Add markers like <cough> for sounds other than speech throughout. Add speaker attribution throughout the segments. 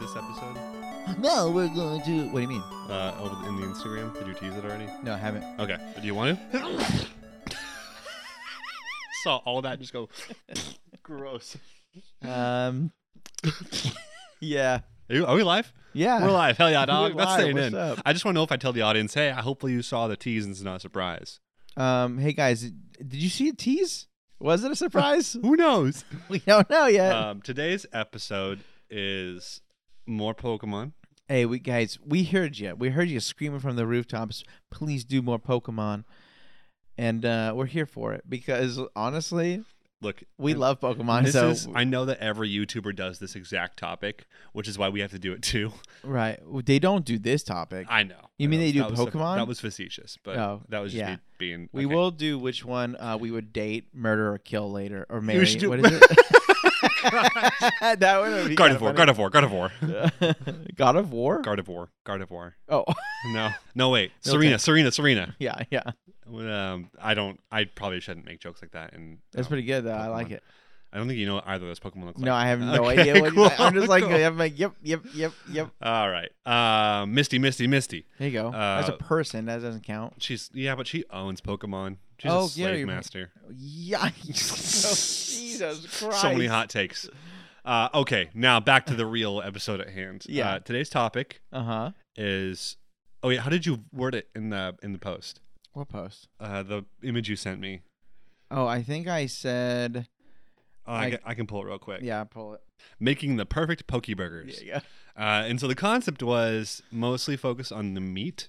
Speaker 1: this episode?
Speaker 2: <laughs> No, we're going to. What do you mean?
Speaker 1: Uh, over in the Instagram? Did you tease it already?
Speaker 2: No, I haven't.
Speaker 1: Okay. Do you want to? <laughs> Saw all that just go. <laughs> Gross. <laughs>
Speaker 2: Um, yeah,
Speaker 1: Are, you, are we live?
Speaker 2: yeah.
Speaker 1: We're <laughs> live. Hell yeah,
Speaker 2: We're
Speaker 1: dog. That's
Speaker 2: live.
Speaker 1: staying
Speaker 2: What's
Speaker 1: in.
Speaker 2: up?
Speaker 1: I just want to know if I tell the audience, hey, I hopefully you saw the tease and it's not a surprise.
Speaker 2: Um, hey guys, did you see a tease? Was it
Speaker 1: <laughs>
Speaker 2: a surprise? <laughs>
Speaker 1: Who knows?
Speaker 2: we don't know yet.
Speaker 1: <laughs> um, today's episode is more Pokemon.
Speaker 2: hey, we guys, we heard you. We heard you screaming from the rooftops. Please do more Pokemon, and uh, we're here for it because honestly,
Speaker 1: Look,
Speaker 2: we
Speaker 1: and
Speaker 2: love Pokemon.
Speaker 1: This
Speaker 2: so
Speaker 1: is, I know that every YouTuber does this exact topic, which is why we have to do it too.
Speaker 2: right, they don't do this topic.
Speaker 1: I know.
Speaker 2: You
Speaker 1: I
Speaker 2: mean
Speaker 1: know.
Speaker 2: they do
Speaker 1: That was-
Speaker 2: Pokemon?
Speaker 1: That was facetious, but
Speaker 2: Oh,
Speaker 1: that was just
Speaker 2: yeah.
Speaker 1: me being.
Speaker 2: we
Speaker 1: okay.
Speaker 2: will do which one uh, we would date, murder, or kill later, or marry.
Speaker 1: You should do-
Speaker 2: <laughs> what is it? that one would be kinda
Speaker 1: Gardevoir,
Speaker 2: funny.
Speaker 1: Gardevoir, Gardevoir,
Speaker 2: <laughs> God of War.
Speaker 1: Gardevoir, Gardevoir.
Speaker 2: oh, <laughs>
Speaker 1: No, no, wait,
Speaker 2: No,
Speaker 1: Serena,
Speaker 2: okay.
Speaker 1: Serena, Serena.
Speaker 2: yeah, yeah.
Speaker 1: Um, I don't. I probably shouldn't make jokes like that. And
Speaker 2: That's pretty good though. I like
Speaker 1: Pokemon.
Speaker 2: it.
Speaker 1: I don't think you know what either of those Pokemon look like.
Speaker 2: No, I have no
Speaker 1: Okay,
Speaker 2: idea. What
Speaker 1: cool,
Speaker 2: <laughs> I'm just like,
Speaker 1: cool.
Speaker 2: I'm like, yep, yep, yep, yep.
Speaker 1: All right. Uh, Misty, Misty, Misty.
Speaker 2: There you go. As a
Speaker 1: Uh,
Speaker 2: person, that doesn't count.
Speaker 1: She's yeah, but she owns Pokemon. She's
Speaker 2: Oh,
Speaker 1: a
Speaker 2: yeah,
Speaker 1: slave
Speaker 2: you're right.
Speaker 1: master.
Speaker 2: <laughs> Yikes! <laughs> Oh, Jesus Christ!
Speaker 1: <laughs> So many hot takes. Uh, okay, now back to the real episode at hand.
Speaker 2: Yeah.
Speaker 1: Uh, today's topic
Speaker 2: Uh huh.
Speaker 1: is. Oh yeah, how did you word it in the in the post?
Speaker 2: What post?
Speaker 1: Uh, the image you sent me.
Speaker 2: Oh, I think I said.
Speaker 1: Oh, I,
Speaker 2: I-
Speaker 1: ca- I can pull it real quick.
Speaker 2: Yeah, pull it.
Speaker 1: Making the perfect poke burgers.
Speaker 2: Yeah, yeah.
Speaker 1: Uh, and so the concept was mostly focused on the meat.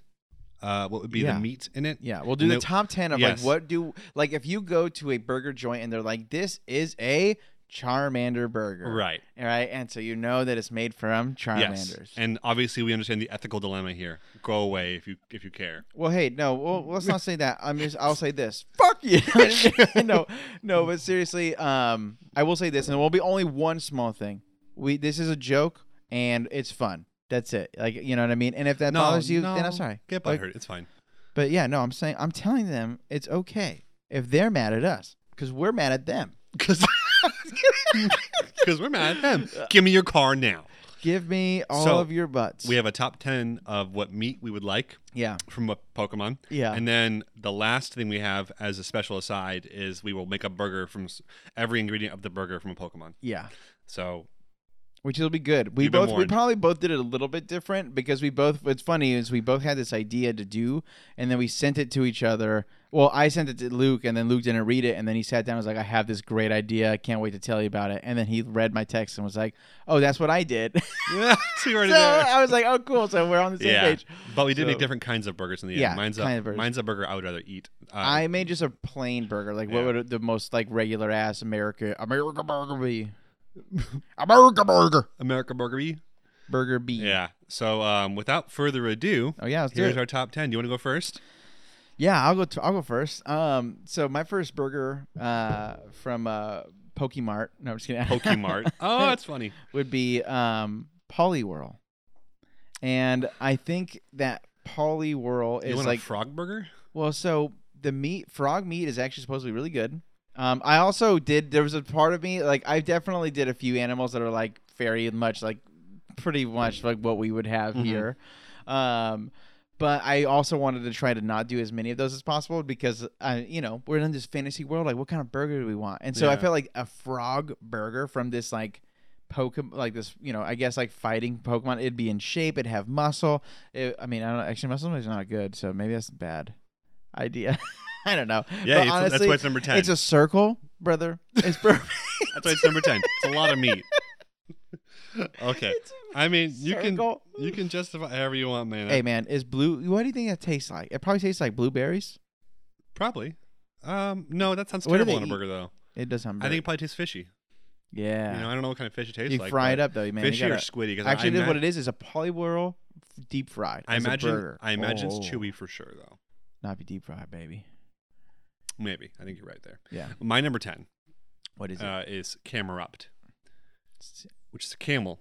Speaker 1: Uh, what would be
Speaker 2: Yeah.
Speaker 1: the meat in it?
Speaker 2: Yeah, we'll do
Speaker 1: And
Speaker 2: the
Speaker 1: it-
Speaker 2: top ten of
Speaker 1: yes.
Speaker 2: like what do like if you go to a burger joint and they're like, this is a Charmander burger,
Speaker 1: Right.
Speaker 2: All right, and so you know that it's made from Charmanders.
Speaker 1: Yes. And obviously, we understand the ethical dilemma here. Go away if you if you care.
Speaker 2: Well, hey, no, well, let's not say that. I'm just, I'll say
Speaker 1: <laughs>
Speaker 2: this. Fuck you. <laughs> no, no, but seriously, um, I will say this, and it will be only one small thing. We, this is a joke, and it's fun. That's it. Like, you know what I mean. And if that bothers you, then
Speaker 1: no,
Speaker 2: I'm sorry.
Speaker 1: Get
Speaker 2: Like,
Speaker 1: butthurt. It's
Speaker 2: <laughs>
Speaker 1: fine.
Speaker 2: But yeah, no, I'm saying, I'm telling them it's okay if they're mad at us because we're mad at them.
Speaker 1: Because <laughs> we're mad at them. Give me your car now.
Speaker 2: Give me all
Speaker 1: So,
Speaker 2: of your butts.
Speaker 1: We have a top 10 of what meat we would like
Speaker 2: yeah,
Speaker 1: from a Pokemon.
Speaker 2: Yeah.
Speaker 1: And then the last thing we have as a special aside is we will make a burger from s- every ingredient of the burger from a Pokemon.
Speaker 2: yeah. <laughs>
Speaker 1: So <laughs>
Speaker 2: which will be good. We
Speaker 1: You've been
Speaker 2: both we
Speaker 1: warned.
Speaker 2: probably both did it a little bit different because we both it's funny is we both had this idea to do and then we sent it to each other. Well, I sent it to Luke and then Luke didn't read it and then he sat down and was like I have this great idea. I can't wait to tell you about it. And then he read my text and was like, "Oh, that's what I did." <laughs>
Speaker 1: yeah, so you're already
Speaker 2: so
Speaker 1: there.
Speaker 2: I was like, "Oh, cool. So we're on the same
Speaker 1: Yeah,
Speaker 2: page."
Speaker 1: but we did make
Speaker 2: So-
Speaker 1: different kinds of burgers in the
Speaker 2: Yeah,
Speaker 1: end. Mine's
Speaker 2: kind
Speaker 1: a
Speaker 2: of burgers.
Speaker 1: mine's a burger I would rather eat. Uh,
Speaker 2: I made just a plain burger. Like
Speaker 1: Yeah.
Speaker 2: what would the most like regular ass America America burger be? America burger.
Speaker 1: America Burger B.
Speaker 2: Burger B.
Speaker 1: Yeah. So um, without further ado,
Speaker 2: Oh yeah, let's do it.
Speaker 1: here's our top ten. Do you want to go first?
Speaker 2: Yeah, I'll go. T- I'll go first. Um, so my first burger uh, from uh, Pokemart. No, I'm just kidding.
Speaker 1: Pokemart. oh, that's funny.
Speaker 2: <laughs> would be um, Poliwhirl, and I think that Poliwhirl
Speaker 1: You
Speaker 2: is
Speaker 1: want
Speaker 2: like
Speaker 1: a frog burger?
Speaker 2: well, so the meat, frog meat, is actually supposed to be really good. Um, I also did. There was a part of me like I definitely did a few animals that are like very much like pretty much like what we would have
Speaker 1: Mhm.
Speaker 2: here. Um, but I also wanted to try to not do as many of those as possible because I, you know, we're in this fantasy world. Like, what kind of burger do we want? And so I
Speaker 1: Yeah.
Speaker 2: felt like a frog burger from this like. Pokemon, like this, you know, I guess like fighting Pokemon, it'd be in shape, it'd have muscle. It, I mean, I don't know. Actually, muscle is not good, so maybe that's bad idea. <laughs> I don't know.
Speaker 1: Yeah,
Speaker 2: but
Speaker 1: it's,
Speaker 2: honestly,
Speaker 1: that's why it's number ten.
Speaker 2: it's a circle,
Speaker 1: <laughs>
Speaker 2: brother. It's perfect.
Speaker 1: that's why it's number ten. It's a lot of
Speaker 2: <laughs>
Speaker 1: meat. okay.
Speaker 2: It's a
Speaker 1: I mean, you
Speaker 2: circle.
Speaker 1: can you can justify however you want, man.
Speaker 2: Hey man, is blue? What do you think that tastes like? It probably tastes like blueberries.
Speaker 1: Probably. Um, no, that sounds
Speaker 2: What do
Speaker 1: terrible on
Speaker 2: they
Speaker 1: a burger, though.
Speaker 2: It does sound.
Speaker 1: I think it probably tastes fishy.
Speaker 2: Yeah.
Speaker 1: You know, I don't know what kind of fish it tastes
Speaker 2: You
Speaker 1: like.
Speaker 2: fry
Speaker 1: but
Speaker 2: it up though, man. You
Speaker 1: fishy or
Speaker 2: gotta-
Speaker 1: squiddy? Because
Speaker 2: actually,
Speaker 1: I,
Speaker 2: it is
Speaker 1: ima-
Speaker 2: what it is. It's a polywhirl f- deep fried.
Speaker 1: I
Speaker 2: as a
Speaker 1: imagine.
Speaker 2: burger.
Speaker 1: I imagine
Speaker 2: Oh.
Speaker 1: it's chewy for sure, though.
Speaker 2: Not be deep fried, baby.
Speaker 1: Maybe. I think you're right there.
Speaker 2: Yeah.
Speaker 1: My number ten
Speaker 2: What is it?
Speaker 1: uh, is Camerupt,
Speaker 2: S-
Speaker 1: which is a camel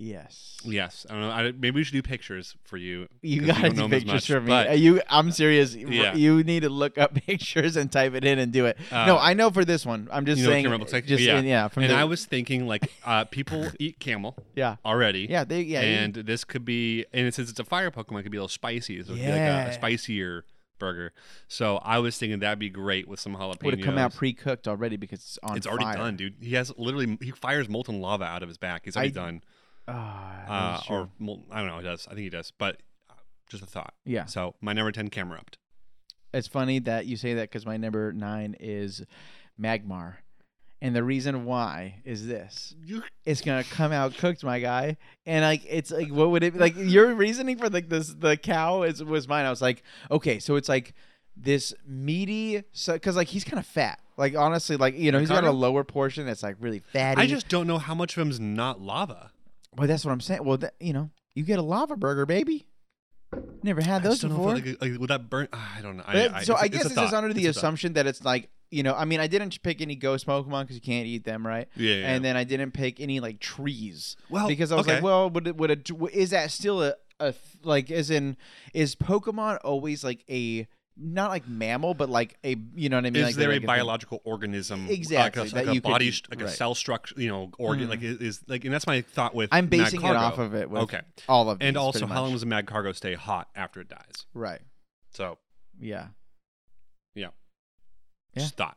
Speaker 2: Yes.
Speaker 1: Yes, I don't know. I, maybe we should do pictures for you.
Speaker 2: You
Speaker 1: 'cause
Speaker 2: gotta
Speaker 1: don't know
Speaker 2: do
Speaker 1: them as
Speaker 2: pictures
Speaker 1: much,
Speaker 2: for me.
Speaker 1: but-
Speaker 2: Uh, you, I'm
Speaker 1: <laughs>
Speaker 2: serious.
Speaker 1: Yeah.
Speaker 2: You need to look up <laughs> pictures and type it in and do it.
Speaker 1: Uh,
Speaker 2: no, I know for this one. I'm just
Speaker 1: you know what
Speaker 2: saying.
Speaker 1: camel looks like?
Speaker 2: Just
Speaker 1: Yeah.
Speaker 2: in- yeah. From
Speaker 1: and
Speaker 2: the,
Speaker 1: I was thinking, like, uh,
Speaker 2: <laughs>
Speaker 1: people eat camel
Speaker 2: yeah.
Speaker 1: already.
Speaker 2: Yeah. They, yeah. you-
Speaker 1: and this could be, and since it's a fire Pokemon, it could be a little spicy. So it'd be like a- a,
Speaker 2: Yeah.
Speaker 1: spicier burger. So I was thinking that'd be great with some jalapenos.
Speaker 2: would have come out pre-cooked already because it's on.
Speaker 1: it's already
Speaker 2: fire.
Speaker 1: done, dude. He has literally, he fires molten lava out of his back. He's already
Speaker 2: I-
Speaker 1: done.
Speaker 2: Ah, that
Speaker 1: Uh,
Speaker 2: is
Speaker 1: or
Speaker 2: true.
Speaker 1: molten, I don't know. He does. I think he does. But uh, just a thought.
Speaker 2: yeah,
Speaker 1: So my number 10 camera upped.
Speaker 2: it's funny that you say that because my number nine is Magmar, and the reason why is this:
Speaker 1: You,
Speaker 2: it's gonna come out cooked, my guy. And like, it's like, what would it be? like? Your reasoning for like this the cow is was mine. I was like, okay, so it's like this meaty, because like he's kind of fat. Like honestly, like you know, he's got a
Speaker 1: Ricardo?
Speaker 2: lower portion that's like really fatty.
Speaker 1: I just don't know how much of him's not lava.
Speaker 2: well, that's what I'm saying. Well, that, you know, you get a lava burger, baby. Never had
Speaker 1: I
Speaker 2: those
Speaker 1: just don't
Speaker 2: before.
Speaker 1: know if it, like, like, would that burn? ah, I don't know.
Speaker 2: But- so
Speaker 1: it's-
Speaker 2: I
Speaker 1: it's a
Speaker 2: guess it's
Speaker 1: thought.
Speaker 2: just under the
Speaker 1: It's a thought.
Speaker 2: assumption that it's like you know. I mean, I didn't pick any ghost Pokemon because you can't eat them, right?
Speaker 1: Yeah, yeah,
Speaker 2: And
Speaker 1: yeah.
Speaker 2: then I didn't pick any like trees
Speaker 1: Well,
Speaker 2: because I was
Speaker 1: Oh, okay.
Speaker 2: like, well, would it, would it, is that still a, a th- like as in is Pokemon always like a not like mammal but like a you know what I mean?
Speaker 1: is
Speaker 2: like,
Speaker 1: there
Speaker 2: they're
Speaker 1: a
Speaker 2: like thing.
Speaker 1: biological organism like a-
Speaker 2: Exactly,
Speaker 1: like a,
Speaker 2: that you could
Speaker 1: body
Speaker 2: eat,
Speaker 1: st- like a
Speaker 2: right. Mm-hmm.
Speaker 1: cell structure you know organ like is, is like and that's my thought with
Speaker 2: I'm
Speaker 1: Mad
Speaker 2: basing it
Speaker 1: Cargo.
Speaker 2: off of it. With
Speaker 1: Okay.
Speaker 2: all of
Speaker 1: and
Speaker 2: these,
Speaker 1: also
Speaker 2: pretty
Speaker 1: how long
Speaker 2: much.
Speaker 1: does a mad cargo stay hot after it dies
Speaker 2: right?
Speaker 1: so
Speaker 2: Yeah,
Speaker 1: just thought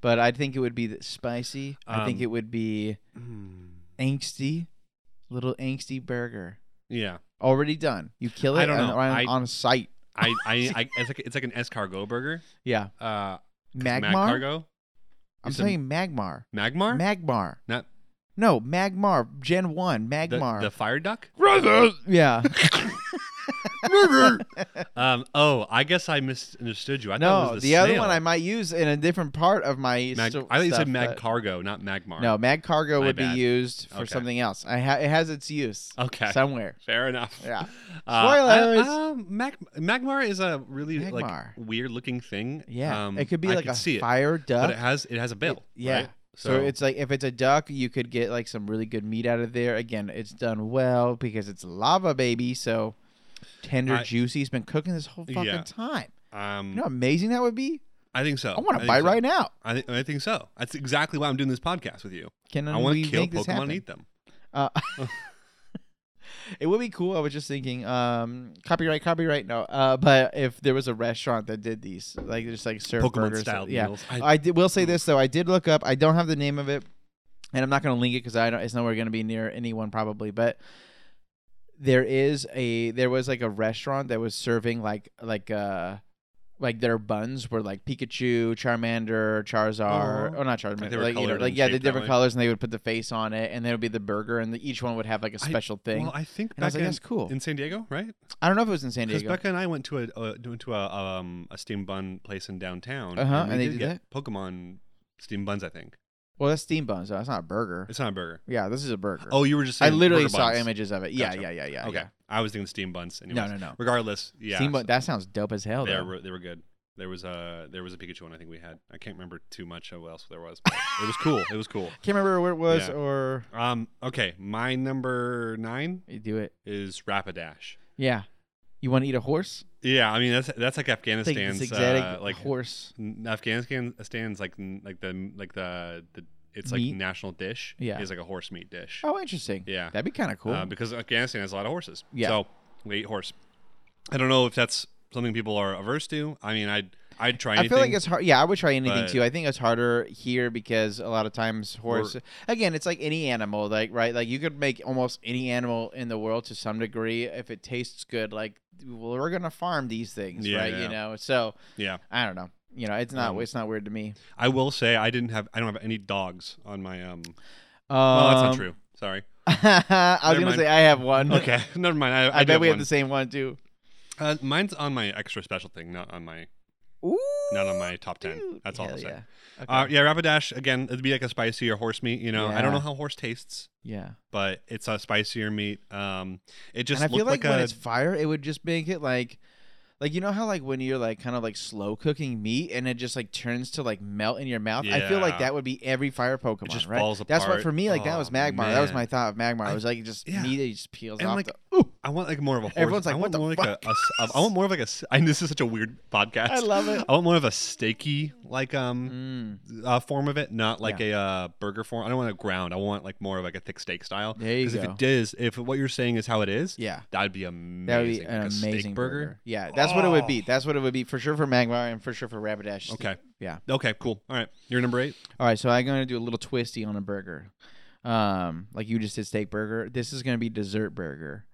Speaker 2: but I think it would be the spicy. I think
Speaker 1: Um,
Speaker 2: it would be angsty, little angsty burger
Speaker 1: yeah
Speaker 2: already done. You kill it
Speaker 1: I don't
Speaker 2: on,
Speaker 1: know.
Speaker 2: on,
Speaker 1: I-
Speaker 2: on site.
Speaker 1: I,
Speaker 2: <laughs>
Speaker 1: I, I it's like it's like an escargot burger
Speaker 2: Yeah.
Speaker 1: uh
Speaker 2: Magmar?
Speaker 1: mad cargo
Speaker 2: I'm
Speaker 1: You said
Speaker 2: saying Magmar.
Speaker 1: magmar
Speaker 2: Magmar.
Speaker 1: not
Speaker 2: No, Magmar. Gen 1.
Speaker 1: the,
Speaker 2: Magmar.
Speaker 1: the fire duck <laughs>
Speaker 2: yeah. <laughs>
Speaker 1: um oh i guess i misunderstood you i thought it
Speaker 2: no,
Speaker 1: was
Speaker 2: the,
Speaker 1: the,
Speaker 2: other
Speaker 1: snail.
Speaker 2: one I might use in a different part of my
Speaker 1: Mag-
Speaker 2: sto-
Speaker 1: i thought you said
Speaker 2: stuff,
Speaker 1: mad
Speaker 2: but-
Speaker 1: cargo not magmar
Speaker 2: No, Mag Cargo
Speaker 1: My
Speaker 2: would
Speaker 1: bad.
Speaker 2: be used for
Speaker 1: Okay.
Speaker 2: something else. I ha- it has its use
Speaker 1: okay
Speaker 2: somewhere.
Speaker 1: Fair enough.
Speaker 2: Yeah.
Speaker 1: I-
Speaker 2: Spoilers.
Speaker 1: uh, Mag- Magmar is a really like
Speaker 2: Magmar.
Speaker 1: weird looking thing.
Speaker 2: Yeah.
Speaker 1: Um,
Speaker 2: it could be
Speaker 1: I
Speaker 2: like a
Speaker 1: see it,
Speaker 2: fire
Speaker 1: but
Speaker 2: duck.
Speaker 1: it has it has a bill.
Speaker 2: yeah.
Speaker 1: right?
Speaker 2: so, it's like if it's a duck, you could get like some really good meat out of there. Again, it's done well because it's lava, baby. So tender,
Speaker 1: I-
Speaker 2: juicy. It's been cooking this whole fucking
Speaker 1: Yeah.
Speaker 2: time.
Speaker 1: um,
Speaker 2: You know how amazing that would be?
Speaker 1: I think so.
Speaker 2: I want
Speaker 1: to
Speaker 2: to buy right now.
Speaker 1: I think, I think so. That's exactly why I'm doing this podcast with you.
Speaker 2: Can
Speaker 1: I want
Speaker 2: we
Speaker 1: to kill
Speaker 2: make this
Speaker 1: Pokemon
Speaker 2: happen?
Speaker 1: and eat them.
Speaker 2: Uh, it would be cool. I was just thinking, um, copyright, copyright. No, uh, but if there was a restaurant that did these, like just like serve
Speaker 1: Pokemon
Speaker 2: burgers,
Speaker 1: style Mm.
Speaker 2: yeah.
Speaker 1: meals.
Speaker 2: I did, will say this though. I did look up. I don't have the name of it, and I'm not going to link it because I don't. It's nowhere going to be near anyone probably. But there is a there was like a restaurant that was serving like like uh like their buns were like Pikachu, Charmander, Charizard,
Speaker 1: Aw.
Speaker 2: or not Charmander,
Speaker 1: Oh. Like they
Speaker 2: like,
Speaker 1: were
Speaker 2: you know,
Speaker 1: colored
Speaker 2: like
Speaker 1: and
Speaker 2: yeah, the
Speaker 1: shaped that
Speaker 2: different
Speaker 1: way.
Speaker 2: colors, and they would put the face on it, and there would be the burger, and the, each one would have like a
Speaker 1: I-
Speaker 2: special thing.
Speaker 1: Well, I think
Speaker 2: and
Speaker 1: back
Speaker 2: I was like,
Speaker 1: in,
Speaker 2: that's cool.
Speaker 1: in San Diego, right?
Speaker 2: I don't know if it was in San
Speaker 1: Because
Speaker 2: Diego.
Speaker 1: Becca and I went to a uh, went to a um a steam bun place in downtown.
Speaker 2: Uh-huh,
Speaker 1: we
Speaker 2: and they
Speaker 1: did
Speaker 2: do
Speaker 1: get Pokemon steam buns. I think
Speaker 2: Well, that's steam buns. Though. That's not a burger.
Speaker 1: it's not a burger.
Speaker 2: Yeah, this is a burger.
Speaker 1: Oh, you were just
Speaker 2: I
Speaker 1: saying
Speaker 2: literally
Speaker 1: burger
Speaker 2: saw
Speaker 1: buns.
Speaker 2: images of it. Yeah,
Speaker 1: Gotcha.
Speaker 2: yeah, yeah, yeah.
Speaker 1: Okay,
Speaker 2: yeah.
Speaker 1: I was thinking steam buns. Anyways.
Speaker 2: No, no, no.
Speaker 1: Regardless, yeah,
Speaker 2: Steam bun- that sounds dope as hell.
Speaker 1: they
Speaker 2: Though.
Speaker 1: were they were good. There was a there was a Pikachu one I think we had. I can't remember too much of what else there was. But it was cool. It was cool.
Speaker 2: Can't remember where it was
Speaker 1: Yeah.
Speaker 2: or
Speaker 1: Um. Okay, my number nine
Speaker 2: you do it.
Speaker 1: is Rapidash.
Speaker 2: Yeah, you want to eat a horse?
Speaker 1: Yeah, I mean that's that's like
Speaker 2: Take this
Speaker 1: Afghanistan's uh,
Speaker 2: exotic
Speaker 1: like
Speaker 2: horse.
Speaker 1: n- Afghanistan stands like n- like the like the, the it's like
Speaker 2: Meat?
Speaker 1: national dish.
Speaker 2: Yeah.
Speaker 1: is like a horse meat dish.
Speaker 2: Oh, interesting.
Speaker 1: Yeah.
Speaker 2: that'd be kind of cool.
Speaker 1: Uh, because Afghanistan has a lot of horses.
Speaker 2: Yeah.
Speaker 1: So we eat horse. I don't know if that's something people are averse to. I mean, I'd I'd try
Speaker 2: I
Speaker 1: anything.
Speaker 2: feel like it's hard. Yeah, I would try anything
Speaker 1: but-
Speaker 2: too. I think it's harder here because a lot of times horse. Again, it's like any animal, like right, like you could make almost any animal in the world to some degree if it tastes good. Like, well, we're gonna farm these things,
Speaker 1: Yeah,
Speaker 2: right?
Speaker 1: yeah.
Speaker 2: You know, so
Speaker 1: yeah.
Speaker 2: I don't know. You know, it's not
Speaker 1: Um,
Speaker 2: it's not weird to me.
Speaker 1: I will say I didn't have I don't have any dogs on my um.
Speaker 2: Um,
Speaker 1: Well, that's not true. Sorry.
Speaker 2: <laughs> I was
Speaker 1: Never
Speaker 2: gonna
Speaker 1: mind.
Speaker 2: say I have one.
Speaker 1: <laughs> Okay, never mind. I, I,
Speaker 2: I, bet we have
Speaker 1: one.
Speaker 2: the same one too.
Speaker 1: Uh, mine's on my extra special thing, not on my
Speaker 2: Ooh,
Speaker 1: not on my top ten. That's all
Speaker 2: Hell
Speaker 1: I'll say.
Speaker 2: Yeah. Okay.
Speaker 1: Uh, yeah, Rapidash again. It'd be like a spicy or horse meat. You know, I don't
Speaker 2: Yeah.
Speaker 1: know how horse tastes,
Speaker 2: yeah.
Speaker 1: but it's a spicier meat. Um, it just
Speaker 2: and I feel
Speaker 1: looked
Speaker 2: like,
Speaker 1: like,
Speaker 2: when
Speaker 1: a
Speaker 2: it's fire, it would just make it like Like you know how like when you're like kind of like slow cooking meat and it just like turns to like melt in your mouth. I feel
Speaker 1: Yeah.
Speaker 2: like that would be every fire Pokemon.
Speaker 1: just
Speaker 2: right?
Speaker 1: falls
Speaker 2: That's what
Speaker 1: apart.
Speaker 2: for me like that
Speaker 1: Oh,
Speaker 2: was Magmar. That was
Speaker 1: man.
Speaker 2: my thought of Magmar.
Speaker 1: I-
Speaker 2: it was like it just
Speaker 1: yeah.
Speaker 2: meat it just peels
Speaker 1: And,
Speaker 2: off.
Speaker 1: like,
Speaker 2: the, ooh,
Speaker 1: I want like more of a horse.
Speaker 2: Everyone's like,
Speaker 1: I
Speaker 2: "What
Speaker 1: want
Speaker 2: the
Speaker 1: more like
Speaker 2: fuck?"
Speaker 1: a, a s- I want more of like a. s- <laughs> I this is such a weird podcast.
Speaker 2: I love it.
Speaker 1: I want more of a steaky like um
Speaker 2: Mm.
Speaker 1: uh, form of it, not like a uh, burger form. I don't want a ground. I want like more of like a thick steak style.
Speaker 2: There you
Speaker 1: if
Speaker 2: go.
Speaker 1: it is, if what you're saying is how it is,
Speaker 2: Yeah.
Speaker 1: that'd be amazing.
Speaker 2: That would be
Speaker 1: Like
Speaker 2: an
Speaker 1: a
Speaker 2: amazing
Speaker 1: steak Oh.
Speaker 2: burger. Yeah, that's what it would be. That's what it would be for sure for Magmar and for sure for Rapidash.
Speaker 1: Okay.
Speaker 2: Yeah.
Speaker 1: Okay. Cool. All right. You're number eight.
Speaker 2: All right, so I'm going to do a little twisty on a burger. Um, like you just did steak burger. This is going to be dessert burger.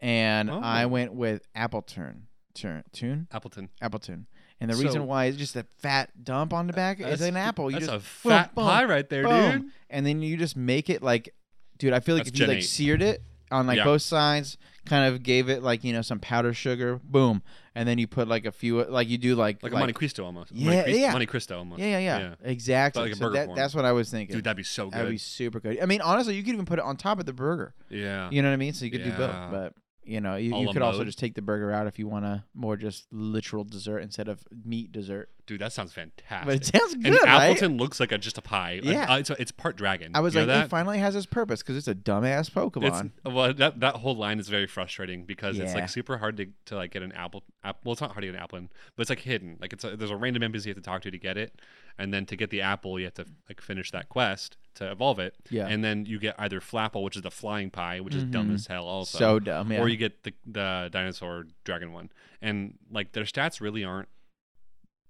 Speaker 2: And
Speaker 1: Oh.
Speaker 2: I went with apple turn. Turn. Tune?
Speaker 1: Appleton.
Speaker 2: Appleton. And the
Speaker 1: So-
Speaker 2: reason why is just a fat dump on the back is
Speaker 1: That's-
Speaker 2: an apple. You
Speaker 1: that's
Speaker 2: just
Speaker 1: a fat
Speaker 2: boom,
Speaker 1: pie right there,
Speaker 2: boom.
Speaker 1: dude.
Speaker 2: And then you just make it like, dude, I feel like
Speaker 1: That's
Speaker 2: if you
Speaker 1: Gen
Speaker 2: like
Speaker 1: eight.
Speaker 2: seared it on like
Speaker 1: Yeah.
Speaker 2: both sides, kind of gave it like, you know, some powder sugar, boom. And then you put like a few, like you do like,
Speaker 1: Like, a Monte Cristo almost.
Speaker 2: Yeah,
Speaker 1: Monte Cristo,
Speaker 2: yeah.
Speaker 1: Monte Cristo almost.
Speaker 2: yeah, yeah, yeah,
Speaker 1: Yeah.
Speaker 2: Exactly.
Speaker 1: like a
Speaker 2: So
Speaker 1: burger
Speaker 2: that-
Speaker 1: form.
Speaker 2: that's what I was thinking.
Speaker 1: Dude, that'd be so good.
Speaker 2: That'd be super good. I mean, honestly, you could even put it on top of the burger.
Speaker 1: yeah.
Speaker 2: You know what I mean? So you could do
Speaker 1: Yeah.
Speaker 2: both. But you know, you,
Speaker 1: A
Speaker 2: you
Speaker 1: la
Speaker 2: could also
Speaker 1: mode.
Speaker 2: just take the burger out if you want a more just literal dessert instead of meat dessert.
Speaker 1: Dude, that sounds fantastic.
Speaker 2: But it <laughs> sounds
Speaker 1: and
Speaker 2: good, right?
Speaker 1: Appleton looks like a, just a pie.
Speaker 2: Yeah.
Speaker 1: Uh, it's, it's part dragon.
Speaker 2: I was
Speaker 1: You know
Speaker 2: like, it
Speaker 1: that?
Speaker 2: finally has its purpose because it's a dumbass
Speaker 1: It's,
Speaker 2: Pokemon.
Speaker 1: well, that that whole line is very frustrating because it's
Speaker 2: Yeah.
Speaker 1: like super hard to, to like get an apple. App, well, it's not hard to get an apple, in, but it's like hidden. Like it's a, there's a random NPC you have to talk to to get it, and then to get the apple, you have to like finish that quest to evolve it.
Speaker 2: Yeah. Mm-hmm.
Speaker 1: and then you get either Flapple, which is the flying pie, which is dumb as hell, also,
Speaker 2: so dumb. Yeah.
Speaker 1: or you get the the dinosaur dragon one, and like their stats really aren't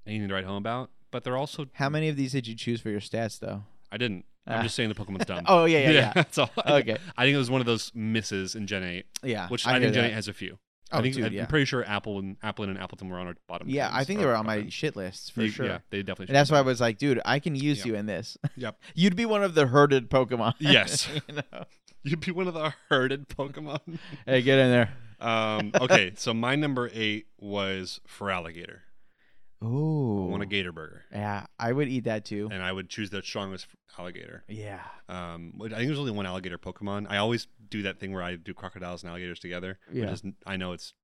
Speaker 1: anything to write home about. But they're also
Speaker 2: How many of these did you choose for your stats, though?
Speaker 1: I didn't. I'm
Speaker 2: Ah.
Speaker 1: just saying the
Speaker 2: <laughs>
Speaker 1: Pokemon's dumb.
Speaker 2: Oh yeah, yeah, yeah,
Speaker 1: <laughs> That's all.
Speaker 2: Okay.
Speaker 1: I think it was one of those misses in Gen Eight
Speaker 2: yeah.
Speaker 1: which I,
Speaker 2: hear
Speaker 1: think Gen
Speaker 2: that.
Speaker 1: 8 has a few. I
Speaker 2: Oh,
Speaker 1: think
Speaker 2: dude,
Speaker 1: I'm
Speaker 2: yeah.
Speaker 1: pretty sure Apple and Apple and Appleton were on our bottom.
Speaker 2: yeah, I
Speaker 1: tens
Speaker 2: think
Speaker 1: or
Speaker 2: they were on my
Speaker 1: bottom.
Speaker 2: shit list for
Speaker 1: You-
Speaker 2: sure.
Speaker 1: Yeah, they definitely.
Speaker 2: And that's why I was like, dude, I can use
Speaker 1: Yep.
Speaker 2: you in this.
Speaker 1: Yep.
Speaker 2: <laughs> You'd be one of the herded Pokemon.
Speaker 1: Yes.
Speaker 2: <laughs>
Speaker 1: <laughs>
Speaker 2: you know?
Speaker 1: You'd be one of the herded Pokemon.
Speaker 2: Hey, get in there.
Speaker 1: um,
Speaker 2: <laughs>
Speaker 1: okay, so my number eight was for alligator. I
Speaker 2: Ooh.
Speaker 1: want a gator burger,
Speaker 2: Yeah, I would eat that too.
Speaker 1: and I would choose the strongest alligator.
Speaker 2: Yeah.
Speaker 1: Um, which I think there's only one alligator Pokemon. I always do that thing where I do crocodiles and alligators together.
Speaker 2: Yeah.
Speaker 1: Which is, I know it's.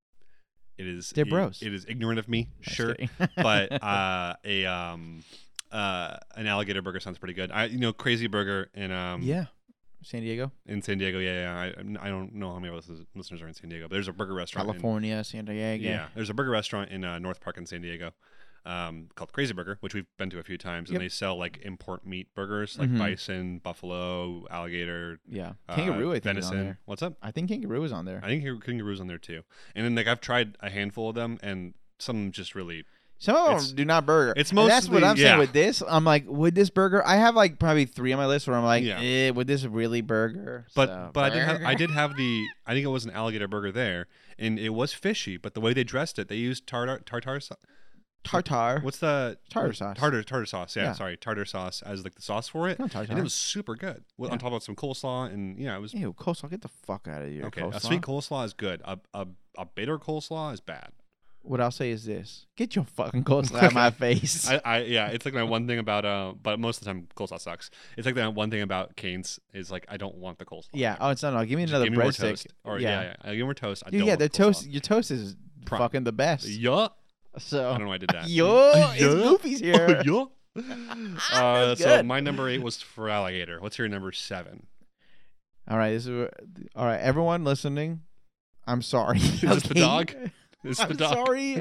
Speaker 1: It is.
Speaker 2: They're
Speaker 1: it-
Speaker 2: bros.
Speaker 1: It is ignorant of me.
Speaker 2: Just
Speaker 1: Sure.
Speaker 2: kidding.
Speaker 1: but uh, a um, uh, an alligator burger sounds pretty good. I you know Crazy Burger in <laughs> um
Speaker 2: <laughs> yeah, San Diego,
Speaker 1: in San Diego. Yeah, yeah. I, I'm- I don't know how many of us listeners are in San Diego, but there's a burger restaurant. in-
Speaker 2: California, San Diego.
Speaker 1: yeah, there's a burger restaurant in uh, North Park in San Diego. Um, called Crazy Burger, which we've been to a few times,
Speaker 2: Yep.
Speaker 1: and they sell like import meat burgers, like
Speaker 2: Mhm.
Speaker 1: bison, buffalo, alligator,
Speaker 2: yeah.
Speaker 1: uh,
Speaker 2: Kangaroo, I think is
Speaker 1: venison.
Speaker 2: on there.
Speaker 1: What's up?
Speaker 2: I think kangaroo is on there.
Speaker 1: I think kangaroo- kangaroo's on there too. And then like I've tried a handful of them, and some just really
Speaker 2: Some of
Speaker 1: it's-
Speaker 2: them do not burger.
Speaker 1: it's
Speaker 2: And that's what
Speaker 1: mostly-
Speaker 2: I'm
Speaker 1: yeah.
Speaker 2: saying with this. I'm like, would this burger? I have like probably three on my list where I'm like,
Speaker 1: Yeah.
Speaker 2: eh, would this really burger?
Speaker 1: But
Speaker 2: So,
Speaker 1: but I did have I
Speaker 2: burger.
Speaker 1: did have the I think it was an alligator burger there, and it was fishy. But the way they dressed it, they used tartar tartar. sau-
Speaker 2: <laughs> tartar.
Speaker 1: What's the
Speaker 2: Tartar sauce.
Speaker 1: Tartar tartar sauce. Yeah,
Speaker 2: Yeah.
Speaker 1: sorry, tartar sauce as like the sauce for it,
Speaker 2: No tartar.
Speaker 1: and it was super good. Well, On top of some coleslaw, and yeah, it was
Speaker 2: Ew, coleslaw. Get the fuck out of here.
Speaker 1: okay.
Speaker 2: coleslaw.
Speaker 1: A sweet coleslaw is good. A a, a bitter coleslaw is bad.
Speaker 2: what I'll say is this: Get your fucking coleslaw out of my face.
Speaker 1: I, I yeah, it's like my one thing about uh, but most of the time coleslaw sucks. It's like that one thing about Canes is like I don't want the coleslaw.
Speaker 2: yeah. Oh, it's not. No, give me
Speaker 1: Just
Speaker 2: another
Speaker 1: give me more
Speaker 2: breadstick.
Speaker 1: toast. Or yeah, yeah, yeah. give me more toast. I
Speaker 2: Dude,
Speaker 1: don't
Speaker 2: yeah,
Speaker 1: want
Speaker 2: the
Speaker 1: coleslaw.
Speaker 2: toast. Your toast is
Speaker 1: Pro-
Speaker 2: fucking the best.
Speaker 1: Yeah.
Speaker 2: So
Speaker 1: I don't know why I did that. <laughs>
Speaker 2: <laughs> Yo, it's
Speaker 1: Yeah. <laughs>
Speaker 2: Goofy's here.
Speaker 1: Oh, yeah. Uh,
Speaker 2: <laughs> That's
Speaker 1: so
Speaker 2: good.
Speaker 1: my number eight was for alligator. What's your number seven?
Speaker 2: All right, this is all right. Everyone listening,
Speaker 1: <laughs>
Speaker 2: I'm sorry. Is
Speaker 1: this the
Speaker 2: <laughs>
Speaker 1: dog? It's
Speaker 2: I'm
Speaker 1: the dog. <laughs>
Speaker 2: sorry,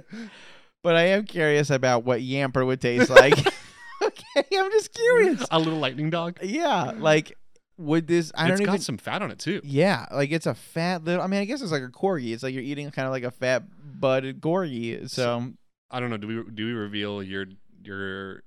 Speaker 2: but I am curious about what yamper would
Speaker 1: <laughs>
Speaker 2: taste like. <laughs> okay, I'm just curious.
Speaker 1: A little lightning dog.
Speaker 2: Yeah, like would this? I
Speaker 1: it's
Speaker 2: don't
Speaker 1: got
Speaker 2: even.
Speaker 1: some fat on it too.
Speaker 2: yeah, like it's a fat little. I mean, I guess it's like a corgi. It's like you're eating kind of like a fat butted corgi. So
Speaker 1: I don't know. Do we do we reveal your your?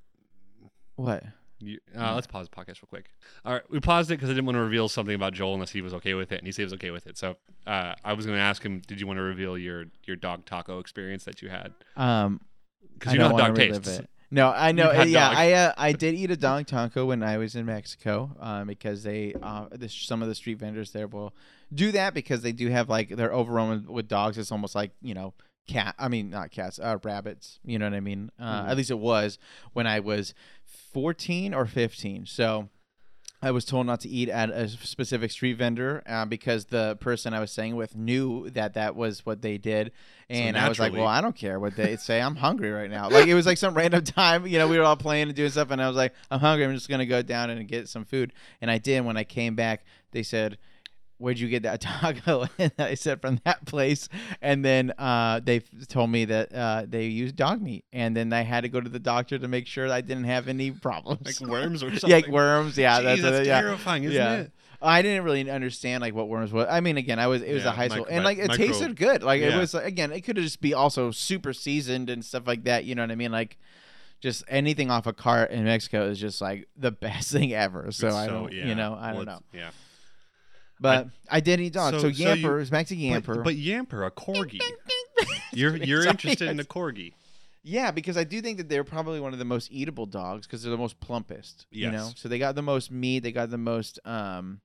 Speaker 2: what?
Speaker 1: your
Speaker 2: Mm.
Speaker 1: uh, let's pause the podcast real quick. All right, we paused it because I didn't want to reveal something about Joel unless he was okay with it, and he said he was okay with it. So uh, I was going to ask him, did you want to reveal your your dog taco experience that you had?
Speaker 2: Um,
Speaker 1: Because
Speaker 2: I
Speaker 1: you know
Speaker 2: don't
Speaker 1: how
Speaker 2: wanna
Speaker 1: dog
Speaker 2: relive
Speaker 1: tastes.
Speaker 2: it. No, I know.
Speaker 1: You've had
Speaker 2: yeah,
Speaker 1: dog.
Speaker 2: I uh, I did eat a dog taco when I was in Mexico um, because they uh, the, some of the street vendors there will do that because they do have like they're overrun with, with dogs. It's almost like you know cat. I mean not cats, uh, rabbits. You know what I mean? Uh,
Speaker 1: Mhm.
Speaker 2: At least it was when I was fourteen or fifteen. So I was told not to eat at a specific street vendor uh, because the person I was staying with knew that that was what they did, and I was like,
Speaker 1: naturally-
Speaker 2: "Well, I don't care what they say. I'm hungry right now." Like it was like some random <laughs> time, you know, we were all playing and doing stuff, and I was like, "I'm hungry. I'm just gonna go down and get some food." And I did. and When I came back, they said, "Where'd you get that <laughs> taco?" and I said, "From that place." And then uh, they f- told me that uh, they used dog meat, and then I had to go to the doctor to make sure I didn't have any problems.
Speaker 1: like worms <laughs> or something.
Speaker 2: Yeah, like worms. Yeah,
Speaker 1: Jeez,
Speaker 2: that's, what it- yeah.
Speaker 1: terrifying, isn't
Speaker 2: yeah.
Speaker 1: it?
Speaker 2: I didn't really understand like what worms was. I mean, again, I was it was
Speaker 1: Yeah,
Speaker 2: a high
Speaker 1: mic-
Speaker 2: school, and
Speaker 1: mic-
Speaker 2: like it
Speaker 1: micro-
Speaker 2: tasted good. Like it
Speaker 1: Yeah.
Speaker 2: was again, it could just be also super seasoned and stuff like that. You know what I mean? Like just anything off a cart in Mexico is just like the <laughs> best thing ever. So,
Speaker 1: It's
Speaker 2: I don't,
Speaker 1: yeah.
Speaker 2: you know, I
Speaker 1: Well,
Speaker 2: don't know.
Speaker 1: it's- Yeah.
Speaker 2: But I, did eat dogs.
Speaker 1: So-
Speaker 2: So,
Speaker 1: so you-
Speaker 2: Yamper is back to
Speaker 1: But,
Speaker 2: Yamper. <laughs>
Speaker 1: but Yamper, a corgi. <laughs> You're you're
Speaker 2: Sorry,
Speaker 1: interested in
Speaker 2: yes.
Speaker 1: a corgi.
Speaker 2: Yeah, because I do think that they're probably one of the most eatable dogs because they're the most plumpest. You know,
Speaker 1: Yes.
Speaker 2: so they got the most meat. They got the most, um,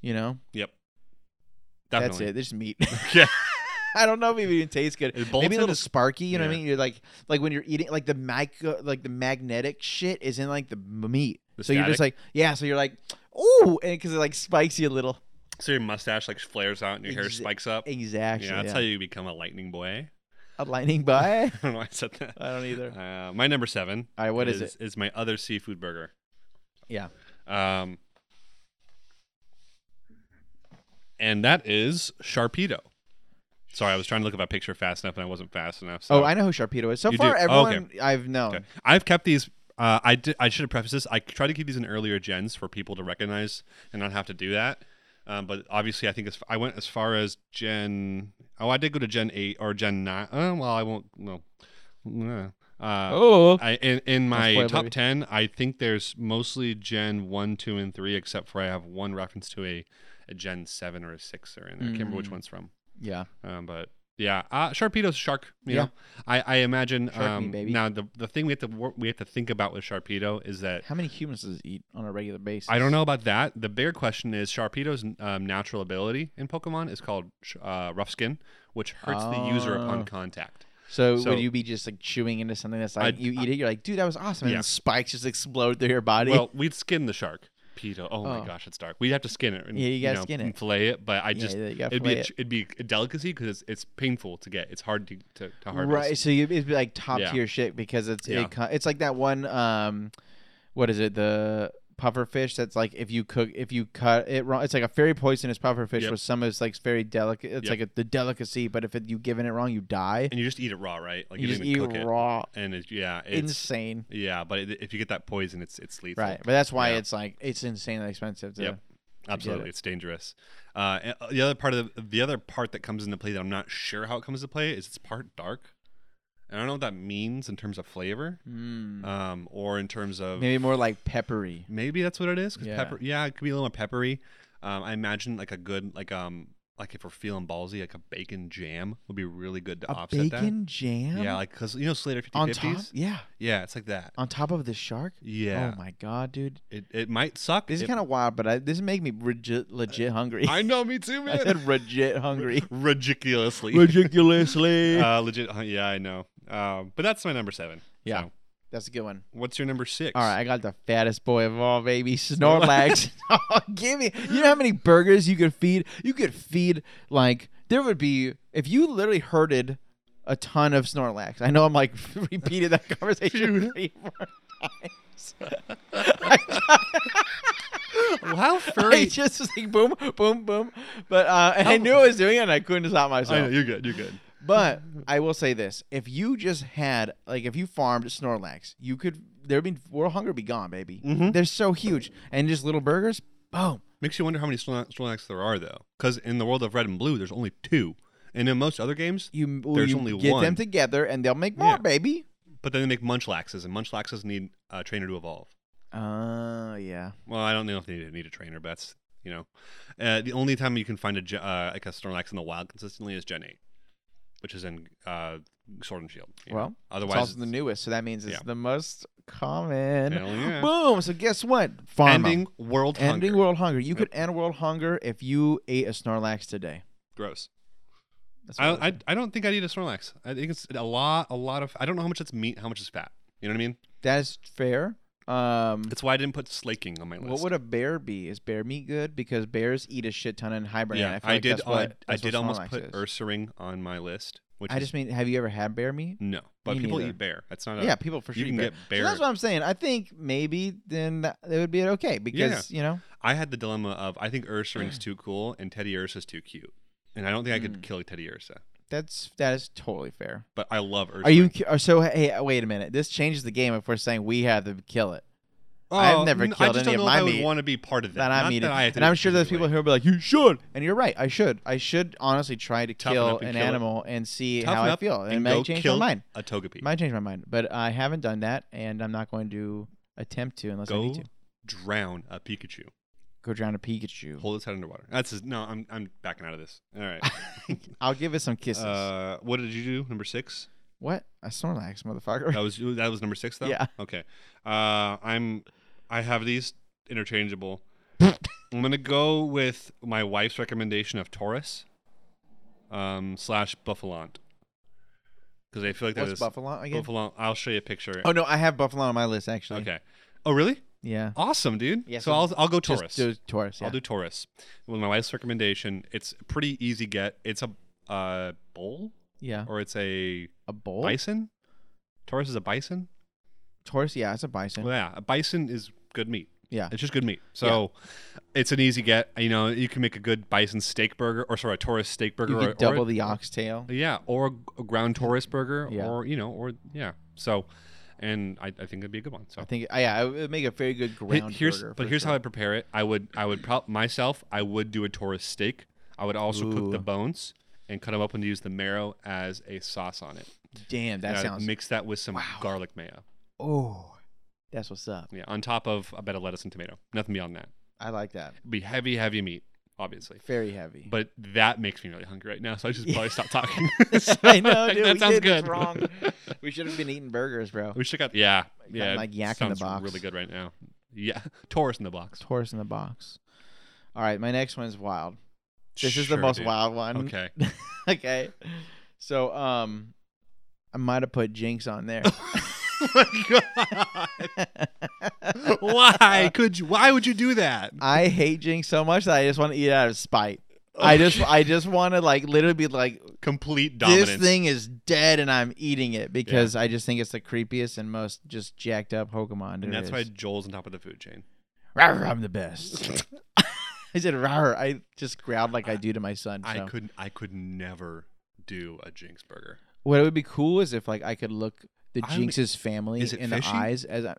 Speaker 2: you know,
Speaker 1: Yep.
Speaker 2: that's
Speaker 1: Definitely.
Speaker 2: it. There's meat.
Speaker 1: <laughs>
Speaker 2: <laughs>
Speaker 1: Yeah.
Speaker 2: I don't know if it even tastes good.
Speaker 1: It bolts
Speaker 2: Maybe a little
Speaker 1: into-
Speaker 2: sparky. You know what I
Speaker 1: Yeah.
Speaker 2: mean? You're like, like when you're eating, like the micro, like the magnetic shit is in like the m- meat.
Speaker 1: The
Speaker 2: so you're just like, yeah. So you're like, ooh, and because it like spikes you a little.
Speaker 1: So your mustache like flares out and your hair
Speaker 2: Exa-
Speaker 1: spikes up.
Speaker 2: Exactly.
Speaker 1: yeah, that's
Speaker 2: yeah.
Speaker 1: how you become a lightning boy. <laughs>
Speaker 2: a lightning by.
Speaker 1: I don't know why I said that.
Speaker 2: <laughs> I
Speaker 1: <laughs>
Speaker 2: don't either.
Speaker 1: Uh, my number seven.
Speaker 2: All right, what is
Speaker 1: is my other seafood burger.
Speaker 2: Yeah.
Speaker 1: Um, and that is Sharpedo. Sorry, I was trying to look up a picture fast enough, and I wasn't fast enough. So.
Speaker 2: Oh, I know who Sharpedo is. So
Speaker 1: You do?
Speaker 2: far,
Speaker 1: Oh,
Speaker 2: everyone
Speaker 1: okay.
Speaker 2: I've known.
Speaker 1: Okay. Um, I've kept these. Uh, I did, I should have prefaced this. I try to keep these in earlier gens for people to recognize and not have to do that. Um, but obviously, I think as, I went as far as Gen. Oh, I did go to Gen eight or Gen nine. Uh, well, I won't. No. Uh,
Speaker 2: Oh,
Speaker 1: I, in, in my
Speaker 2: spoil it,
Speaker 1: top
Speaker 2: baby.
Speaker 1: 10, I think there's mostly Gen 1, 2, and 3, except for I have one reference to a, a Gen 7 or a 6 or in there. I can't remember which
Speaker 2: Mm.
Speaker 1: one's from.
Speaker 2: yeah.
Speaker 1: Um, but yeah, uh, Sharpedo's shark. You
Speaker 2: Yeah.
Speaker 1: know, I, I imagine.
Speaker 2: Shark meat,
Speaker 1: um,
Speaker 2: baby.
Speaker 1: Now, the, the thing we have, to, wor- we have to think about with Sharpedo is that
Speaker 2: How many humans does it eat on a regular basis?
Speaker 1: I don't know about that. The bigger question is Sharpedo's um, natural ability in Pokemon is called sh- uh, Rough Skin, which hurts the user
Speaker 2: Oh.
Speaker 1: upon contact.
Speaker 2: So,
Speaker 1: So-
Speaker 2: would you be just like chewing into something that's like
Speaker 1: I'd-
Speaker 2: you eat it, you're like, dude, that was awesome, and
Speaker 1: Yeah.
Speaker 2: then spikes just explode through your body.
Speaker 1: Well, we'd skin the shark. Pedo. Oh,
Speaker 2: Oh.
Speaker 1: my gosh, it's dark. We'd have to skin it. And,
Speaker 2: Yeah, you gotta skin it.
Speaker 1: And fillet it, but I
Speaker 2: Yeah,
Speaker 1: just
Speaker 2: you gotta
Speaker 1: it'd be
Speaker 2: fillet
Speaker 1: a,
Speaker 2: it.
Speaker 1: ch- it'd be a delicacy because it's, it's painful to get. It's hard to to, to harvest.
Speaker 2: <laughs> right? So you, it'd be like top
Speaker 1: Yeah.
Speaker 2: tier shit because it's
Speaker 1: Yeah.
Speaker 2: it, co- it's like that one. Um, what is it? The puffer fish that's like if you cook if you cut it wrong, it's like a very poisonous puffer fish
Speaker 1: Yep.
Speaker 2: with some is like very delicate. It's
Speaker 1: Yep.
Speaker 2: like a, the delicacy, but if it, you given it wrong, you die.
Speaker 1: And you just eat it raw, right? Like
Speaker 2: you
Speaker 1: you,
Speaker 2: just
Speaker 1: didn't
Speaker 2: eat
Speaker 1: even cook
Speaker 2: raw.
Speaker 1: it. And it, yeah, it's
Speaker 2: Insane,
Speaker 1: yeah, but it, if you get that poison, it's it's lethal.
Speaker 2: right? But that's why
Speaker 1: Yeah.
Speaker 2: it's like it's insanely expensive. To,
Speaker 1: Yep. Absolutely,
Speaker 2: it.
Speaker 1: it's dangerous. Uh, and, uh, the other part of the, the other part that comes into play that I'm not sure how it comes into play is it's part dark. And I don't know what that means in terms of flavor,
Speaker 2: Mm.
Speaker 1: um, or in terms of
Speaker 2: Maybe more like peppery.
Speaker 1: Maybe that's what it is. 'cause
Speaker 2: Yeah.
Speaker 1: Pepper, yeah, it could be a little more peppery. Um, I imagine like a good like um like if we're feeling ballsy, like a bacon jam would be really good to
Speaker 2: A
Speaker 1: offset
Speaker 2: bacon jam.
Speaker 1: that. Yeah, like because you know Slater fifty
Speaker 2: on top.
Speaker 1: fifties.
Speaker 2: Yeah,
Speaker 1: Yeah, it's like that.
Speaker 2: on top of the shark.
Speaker 1: Yeah,
Speaker 2: Oh my god, dude.
Speaker 1: it it might suck.
Speaker 2: This
Speaker 1: It-
Speaker 2: is kind of wild, but I, this make me legit, legit hungry.
Speaker 1: <laughs>
Speaker 2: <laughs>
Speaker 1: I know, me too,
Speaker 2: I
Speaker 1: man.
Speaker 2: said legit hungry.
Speaker 1: <laughs> Ridiculously.
Speaker 2: <laughs> Ridiculously.
Speaker 1: uh, legit. uh, Yeah, I know. Um, but that's my number seven.
Speaker 2: Yeah.
Speaker 1: So,
Speaker 2: That's a good one.
Speaker 1: what's your number six?
Speaker 2: All
Speaker 1: <laughs>
Speaker 2: right, I got the fattest boy of all, baby, <laughs> Snorlax. Oh, Give me. You know how many burgers you could feed? You could feed like there would be if you literally herded a ton of Snorlax. I know I'm like <laughs> repeated
Speaker 1: <laughs>
Speaker 2: that conversation <laughs> three, four times. <laughs>
Speaker 1: Wow,
Speaker 2: I
Speaker 1: furry.
Speaker 2: just was like boom, boom, boom. But uh, and I knew I was doing it, and I couldn't stop
Speaker 1: Oh. I know,
Speaker 2: myself.
Speaker 1: you're good. You're good.
Speaker 2: But I will say this: if you just had, like, if you farmed Snorlax, you could. There'd be world hunger be gone, baby.
Speaker 1: Mm-hmm.
Speaker 2: They're so huge, and just little burgers. Boom.
Speaker 1: Makes you wonder how many Snorla- Snorlax there are, though. Because in the world of Red and Blue, there's only two. And in most other games,
Speaker 2: You, well,
Speaker 1: There's
Speaker 2: you
Speaker 1: only
Speaker 2: get them
Speaker 1: one.
Speaker 2: together, and they'll make more,
Speaker 1: Yeah.
Speaker 2: baby.
Speaker 1: but then they make Munchlaxes, and Munchlaxes need a trainer to evolve.
Speaker 2: Oh yeah.
Speaker 1: Well, I don't know if they need, need a trainer, but that's, you know. Uh, the only time you can find a, Ge- uh, like a Snorlax in the wild consistently is Gen 8, which is in uh, Sword and Shield. you know.
Speaker 2: Well,
Speaker 1: otherwise,
Speaker 2: it's also the newest, so that means it's
Speaker 1: yeah.
Speaker 2: the most common.
Speaker 1: Hell yeah.
Speaker 2: Boom. So guess what? Farm 'em.
Speaker 1: ending world
Speaker 2: Ending
Speaker 1: hunger.
Speaker 2: world hunger. You could end world hunger if you ate a Snorlax today.
Speaker 1: Gross.
Speaker 2: That's what I would
Speaker 1: I, I, I don't think I'd eat a Snorlax. I think it's a lot, a lot of. I don't know how much it's meat, how much is fat. You know what I mean?
Speaker 2: That is fair. Um,
Speaker 1: That's why I didn't put slaking on my list.
Speaker 2: what would a bear be? Is bear meat good? Because bears eat a shit ton and hibernate.
Speaker 1: yeah,
Speaker 2: feel
Speaker 1: I,
Speaker 2: like
Speaker 1: did.
Speaker 2: that's what-
Speaker 1: I, I
Speaker 2: that's what
Speaker 1: did almost
Speaker 2: Snorlax
Speaker 1: put
Speaker 2: is.
Speaker 1: ursaring on my list, which
Speaker 2: I
Speaker 1: is-
Speaker 2: just mean, have you ever had bear meat?
Speaker 1: no, but
Speaker 2: Me
Speaker 1: people
Speaker 2: neither.
Speaker 1: eat bear. That's not a
Speaker 2: yeah, people for
Speaker 1: you
Speaker 2: sure. eat
Speaker 1: can
Speaker 2: bear.
Speaker 1: get
Speaker 2: So
Speaker 1: bear.
Speaker 2: that's what I'm saying. I think maybe then that, it would be okay because you know
Speaker 1: I had the dilemma of I think
Speaker 2: <clears throat>
Speaker 1: Ursaring's too cool and Teddy Ursa's too cute, and I don't think I
Speaker 2: Mm.
Speaker 1: could kill Teddy Ursa,
Speaker 2: that's that is totally fair.
Speaker 1: but I love Ursa.
Speaker 2: Are you cu- are so? Hey, uh, wait a minute. This changes the game if we're saying we have to kill it. I've never
Speaker 1: Oh, I
Speaker 2: killed
Speaker 1: just
Speaker 2: any
Speaker 1: don't know
Speaker 2: of my
Speaker 1: if I
Speaker 2: meat
Speaker 1: would want to be part of that.
Speaker 2: That I'm
Speaker 1: Not
Speaker 2: eating,
Speaker 1: that I have to
Speaker 2: and
Speaker 1: do
Speaker 2: I'm
Speaker 1: it
Speaker 2: sure there's people
Speaker 1: physically.
Speaker 2: who will be like, "You should," and you're right. I should. I should honestly try to
Speaker 1: Toughen
Speaker 2: kill
Speaker 1: up and
Speaker 2: an
Speaker 1: kill it.
Speaker 2: animal and see
Speaker 1: Toughen
Speaker 2: how I
Speaker 1: up
Speaker 2: feel, and, it
Speaker 1: and
Speaker 2: might
Speaker 1: go
Speaker 2: change my
Speaker 1: kill
Speaker 2: mind.
Speaker 1: a Togepi.
Speaker 2: Might change my mind, but I haven't done that, and I'm not going to attempt to unless I need
Speaker 1: go
Speaker 2: to.
Speaker 1: drown a Pikachu.
Speaker 2: Go drown a Pikachu.
Speaker 1: Hold its head underwater. That's his, no. I'm I'm backing out of this. All
Speaker 2: <laughs>
Speaker 1: right.
Speaker 2: I'll give it some kisses.
Speaker 1: uh, what did you do? Number six.
Speaker 2: what a Snorlax, motherfucker! <laughs>
Speaker 1: That was that was number six though.
Speaker 2: Yeah.
Speaker 1: Okay. Uh, I'm I have these
Speaker 2: <laughs>
Speaker 1: interchangeable. I'm gonna go with my wife's recommendation of Taurus, um, slash Buffalant, because I feel like that
Speaker 2: What's
Speaker 1: is
Speaker 2: Buffalo again?
Speaker 1: Buffalant. I'll show you a picture.
Speaker 2: Oh no, I have Buffalo on my list actually.
Speaker 1: okay. Oh really?
Speaker 2: Yeah.
Speaker 1: Awesome, dude.
Speaker 2: Yeah,
Speaker 1: so,
Speaker 2: so
Speaker 1: I'll I'll go
Speaker 2: Just
Speaker 1: Taurus.
Speaker 2: do Taurus. Yeah.
Speaker 1: I'll do Taurus. With my wife's recommendation, it's pretty easy get. It's a uh, bull
Speaker 2: yeah.
Speaker 1: or it's a
Speaker 2: A bull.
Speaker 1: bison. Taurus is a bison.
Speaker 2: Taurus. Yeah, it's a bison.
Speaker 1: Well, yeah, a bison is good meat.
Speaker 2: Yeah.
Speaker 1: It's just good meat. So it's an easy get. You know, you can make a good bison steak burger or sorry, a Taurus steak burger
Speaker 2: You
Speaker 1: or,
Speaker 2: could double the oxtail.
Speaker 1: or yeah, or a ground Taurus burger
Speaker 2: Yeah.
Speaker 1: or you know, or yeah. So and I, I think it'd be a good one. So
Speaker 2: I think. Uh, yeah, it would make a very good
Speaker 1: He-
Speaker 2: ground
Speaker 1: here's
Speaker 2: burger.
Speaker 1: but
Speaker 2: for
Speaker 1: here's
Speaker 2: sure.
Speaker 1: how I prepare it. I would I would prop myself. I would do a Taurus steak. I would also cook the
Speaker 2: Ooh.
Speaker 1: bones and cut them up and use the marrow as a sauce on it.
Speaker 2: Damn, that
Speaker 1: And I'd
Speaker 2: sounds.
Speaker 1: mix that with some garlic mayo.
Speaker 2: oh, that's what's up.
Speaker 1: Yeah, on top of a bit of lettuce and tomato. Nothing beyond that.
Speaker 2: I like that.
Speaker 1: It'd be heavy, heavy meat, obviously.
Speaker 2: Very heavy.
Speaker 1: But that makes me really hungry right now, so I should
Speaker 2: <laughs>
Speaker 1: probably stop talking.
Speaker 2: I
Speaker 1: <laughs>
Speaker 2: know, dude.
Speaker 1: that
Speaker 2: we
Speaker 1: sounds
Speaker 2: did this
Speaker 1: good.
Speaker 2: Wrong. We should have been eating burgers, bro.
Speaker 1: <laughs> we should got yeah, yeah.
Speaker 2: like
Speaker 1: it
Speaker 2: yak in the
Speaker 1: sounds
Speaker 2: box.
Speaker 1: Really good right now. Yeah, <laughs> Taurus in the box.
Speaker 2: Taurus in the box. All right, my next one's wild. This is the
Speaker 1: Sure,
Speaker 2: most
Speaker 1: dude.
Speaker 2: wild one.
Speaker 1: Okay.
Speaker 2: <laughs> okay. So, um, I might have put Jinx on there. Oh
Speaker 1: My God. <laughs> Why could you? Why would you do that?
Speaker 2: I hate Jinx so much that I just want to eat it out of spite. <laughs>
Speaker 1: <laughs>
Speaker 2: I just, I just want to like literally be like,
Speaker 1: Complete dominance.
Speaker 2: this thing is dead and I'm eating it because I just think it's the creepiest and most just jacked up Pokemon.
Speaker 1: and
Speaker 2: there
Speaker 1: that's why
Speaker 2: is.
Speaker 1: Joel's on top of the food chain.
Speaker 2: Rawr, I'm the
Speaker 1: <laughs>
Speaker 2: best. <laughs> I said rawr. I just growled like I do to my son.
Speaker 1: I
Speaker 2: so.
Speaker 1: could I could never do a Jinx burger.
Speaker 2: What would be cool is if like I could look the
Speaker 1: I don't-
Speaker 2: Jinx's family
Speaker 1: is it
Speaker 2: in
Speaker 1: fishy?
Speaker 2: the eyes as
Speaker 1: <laughs>
Speaker 2: I.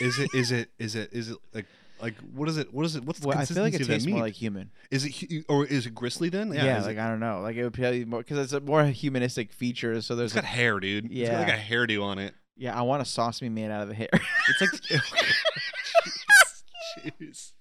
Speaker 1: Is it is it is it is it like like what is it what is it what's the
Speaker 2: <laughs> well, I
Speaker 1: consistency
Speaker 2: feel like it
Speaker 1: of that
Speaker 2: tastes
Speaker 1: meat?
Speaker 2: more like human.
Speaker 1: is it hu- or is it grizzly then?
Speaker 2: Yeah,
Speaker 1: is it-
Speaker 2: like I don't know. Like it would probably be more because it's a more humanistic feature. So
Speaker 1: It's
Speaker 2: there's
Speaker 1: got <laughs>
Speaker 2: like,
Speaker 1: hair, dude. It's got like
Speaker 2: Yeah.
Speaker 1: a hairdo on it.
Speaker 2: yeah, I want a sauce me made out of the hair.
Speaker 1: It's like <laughs> Jeez.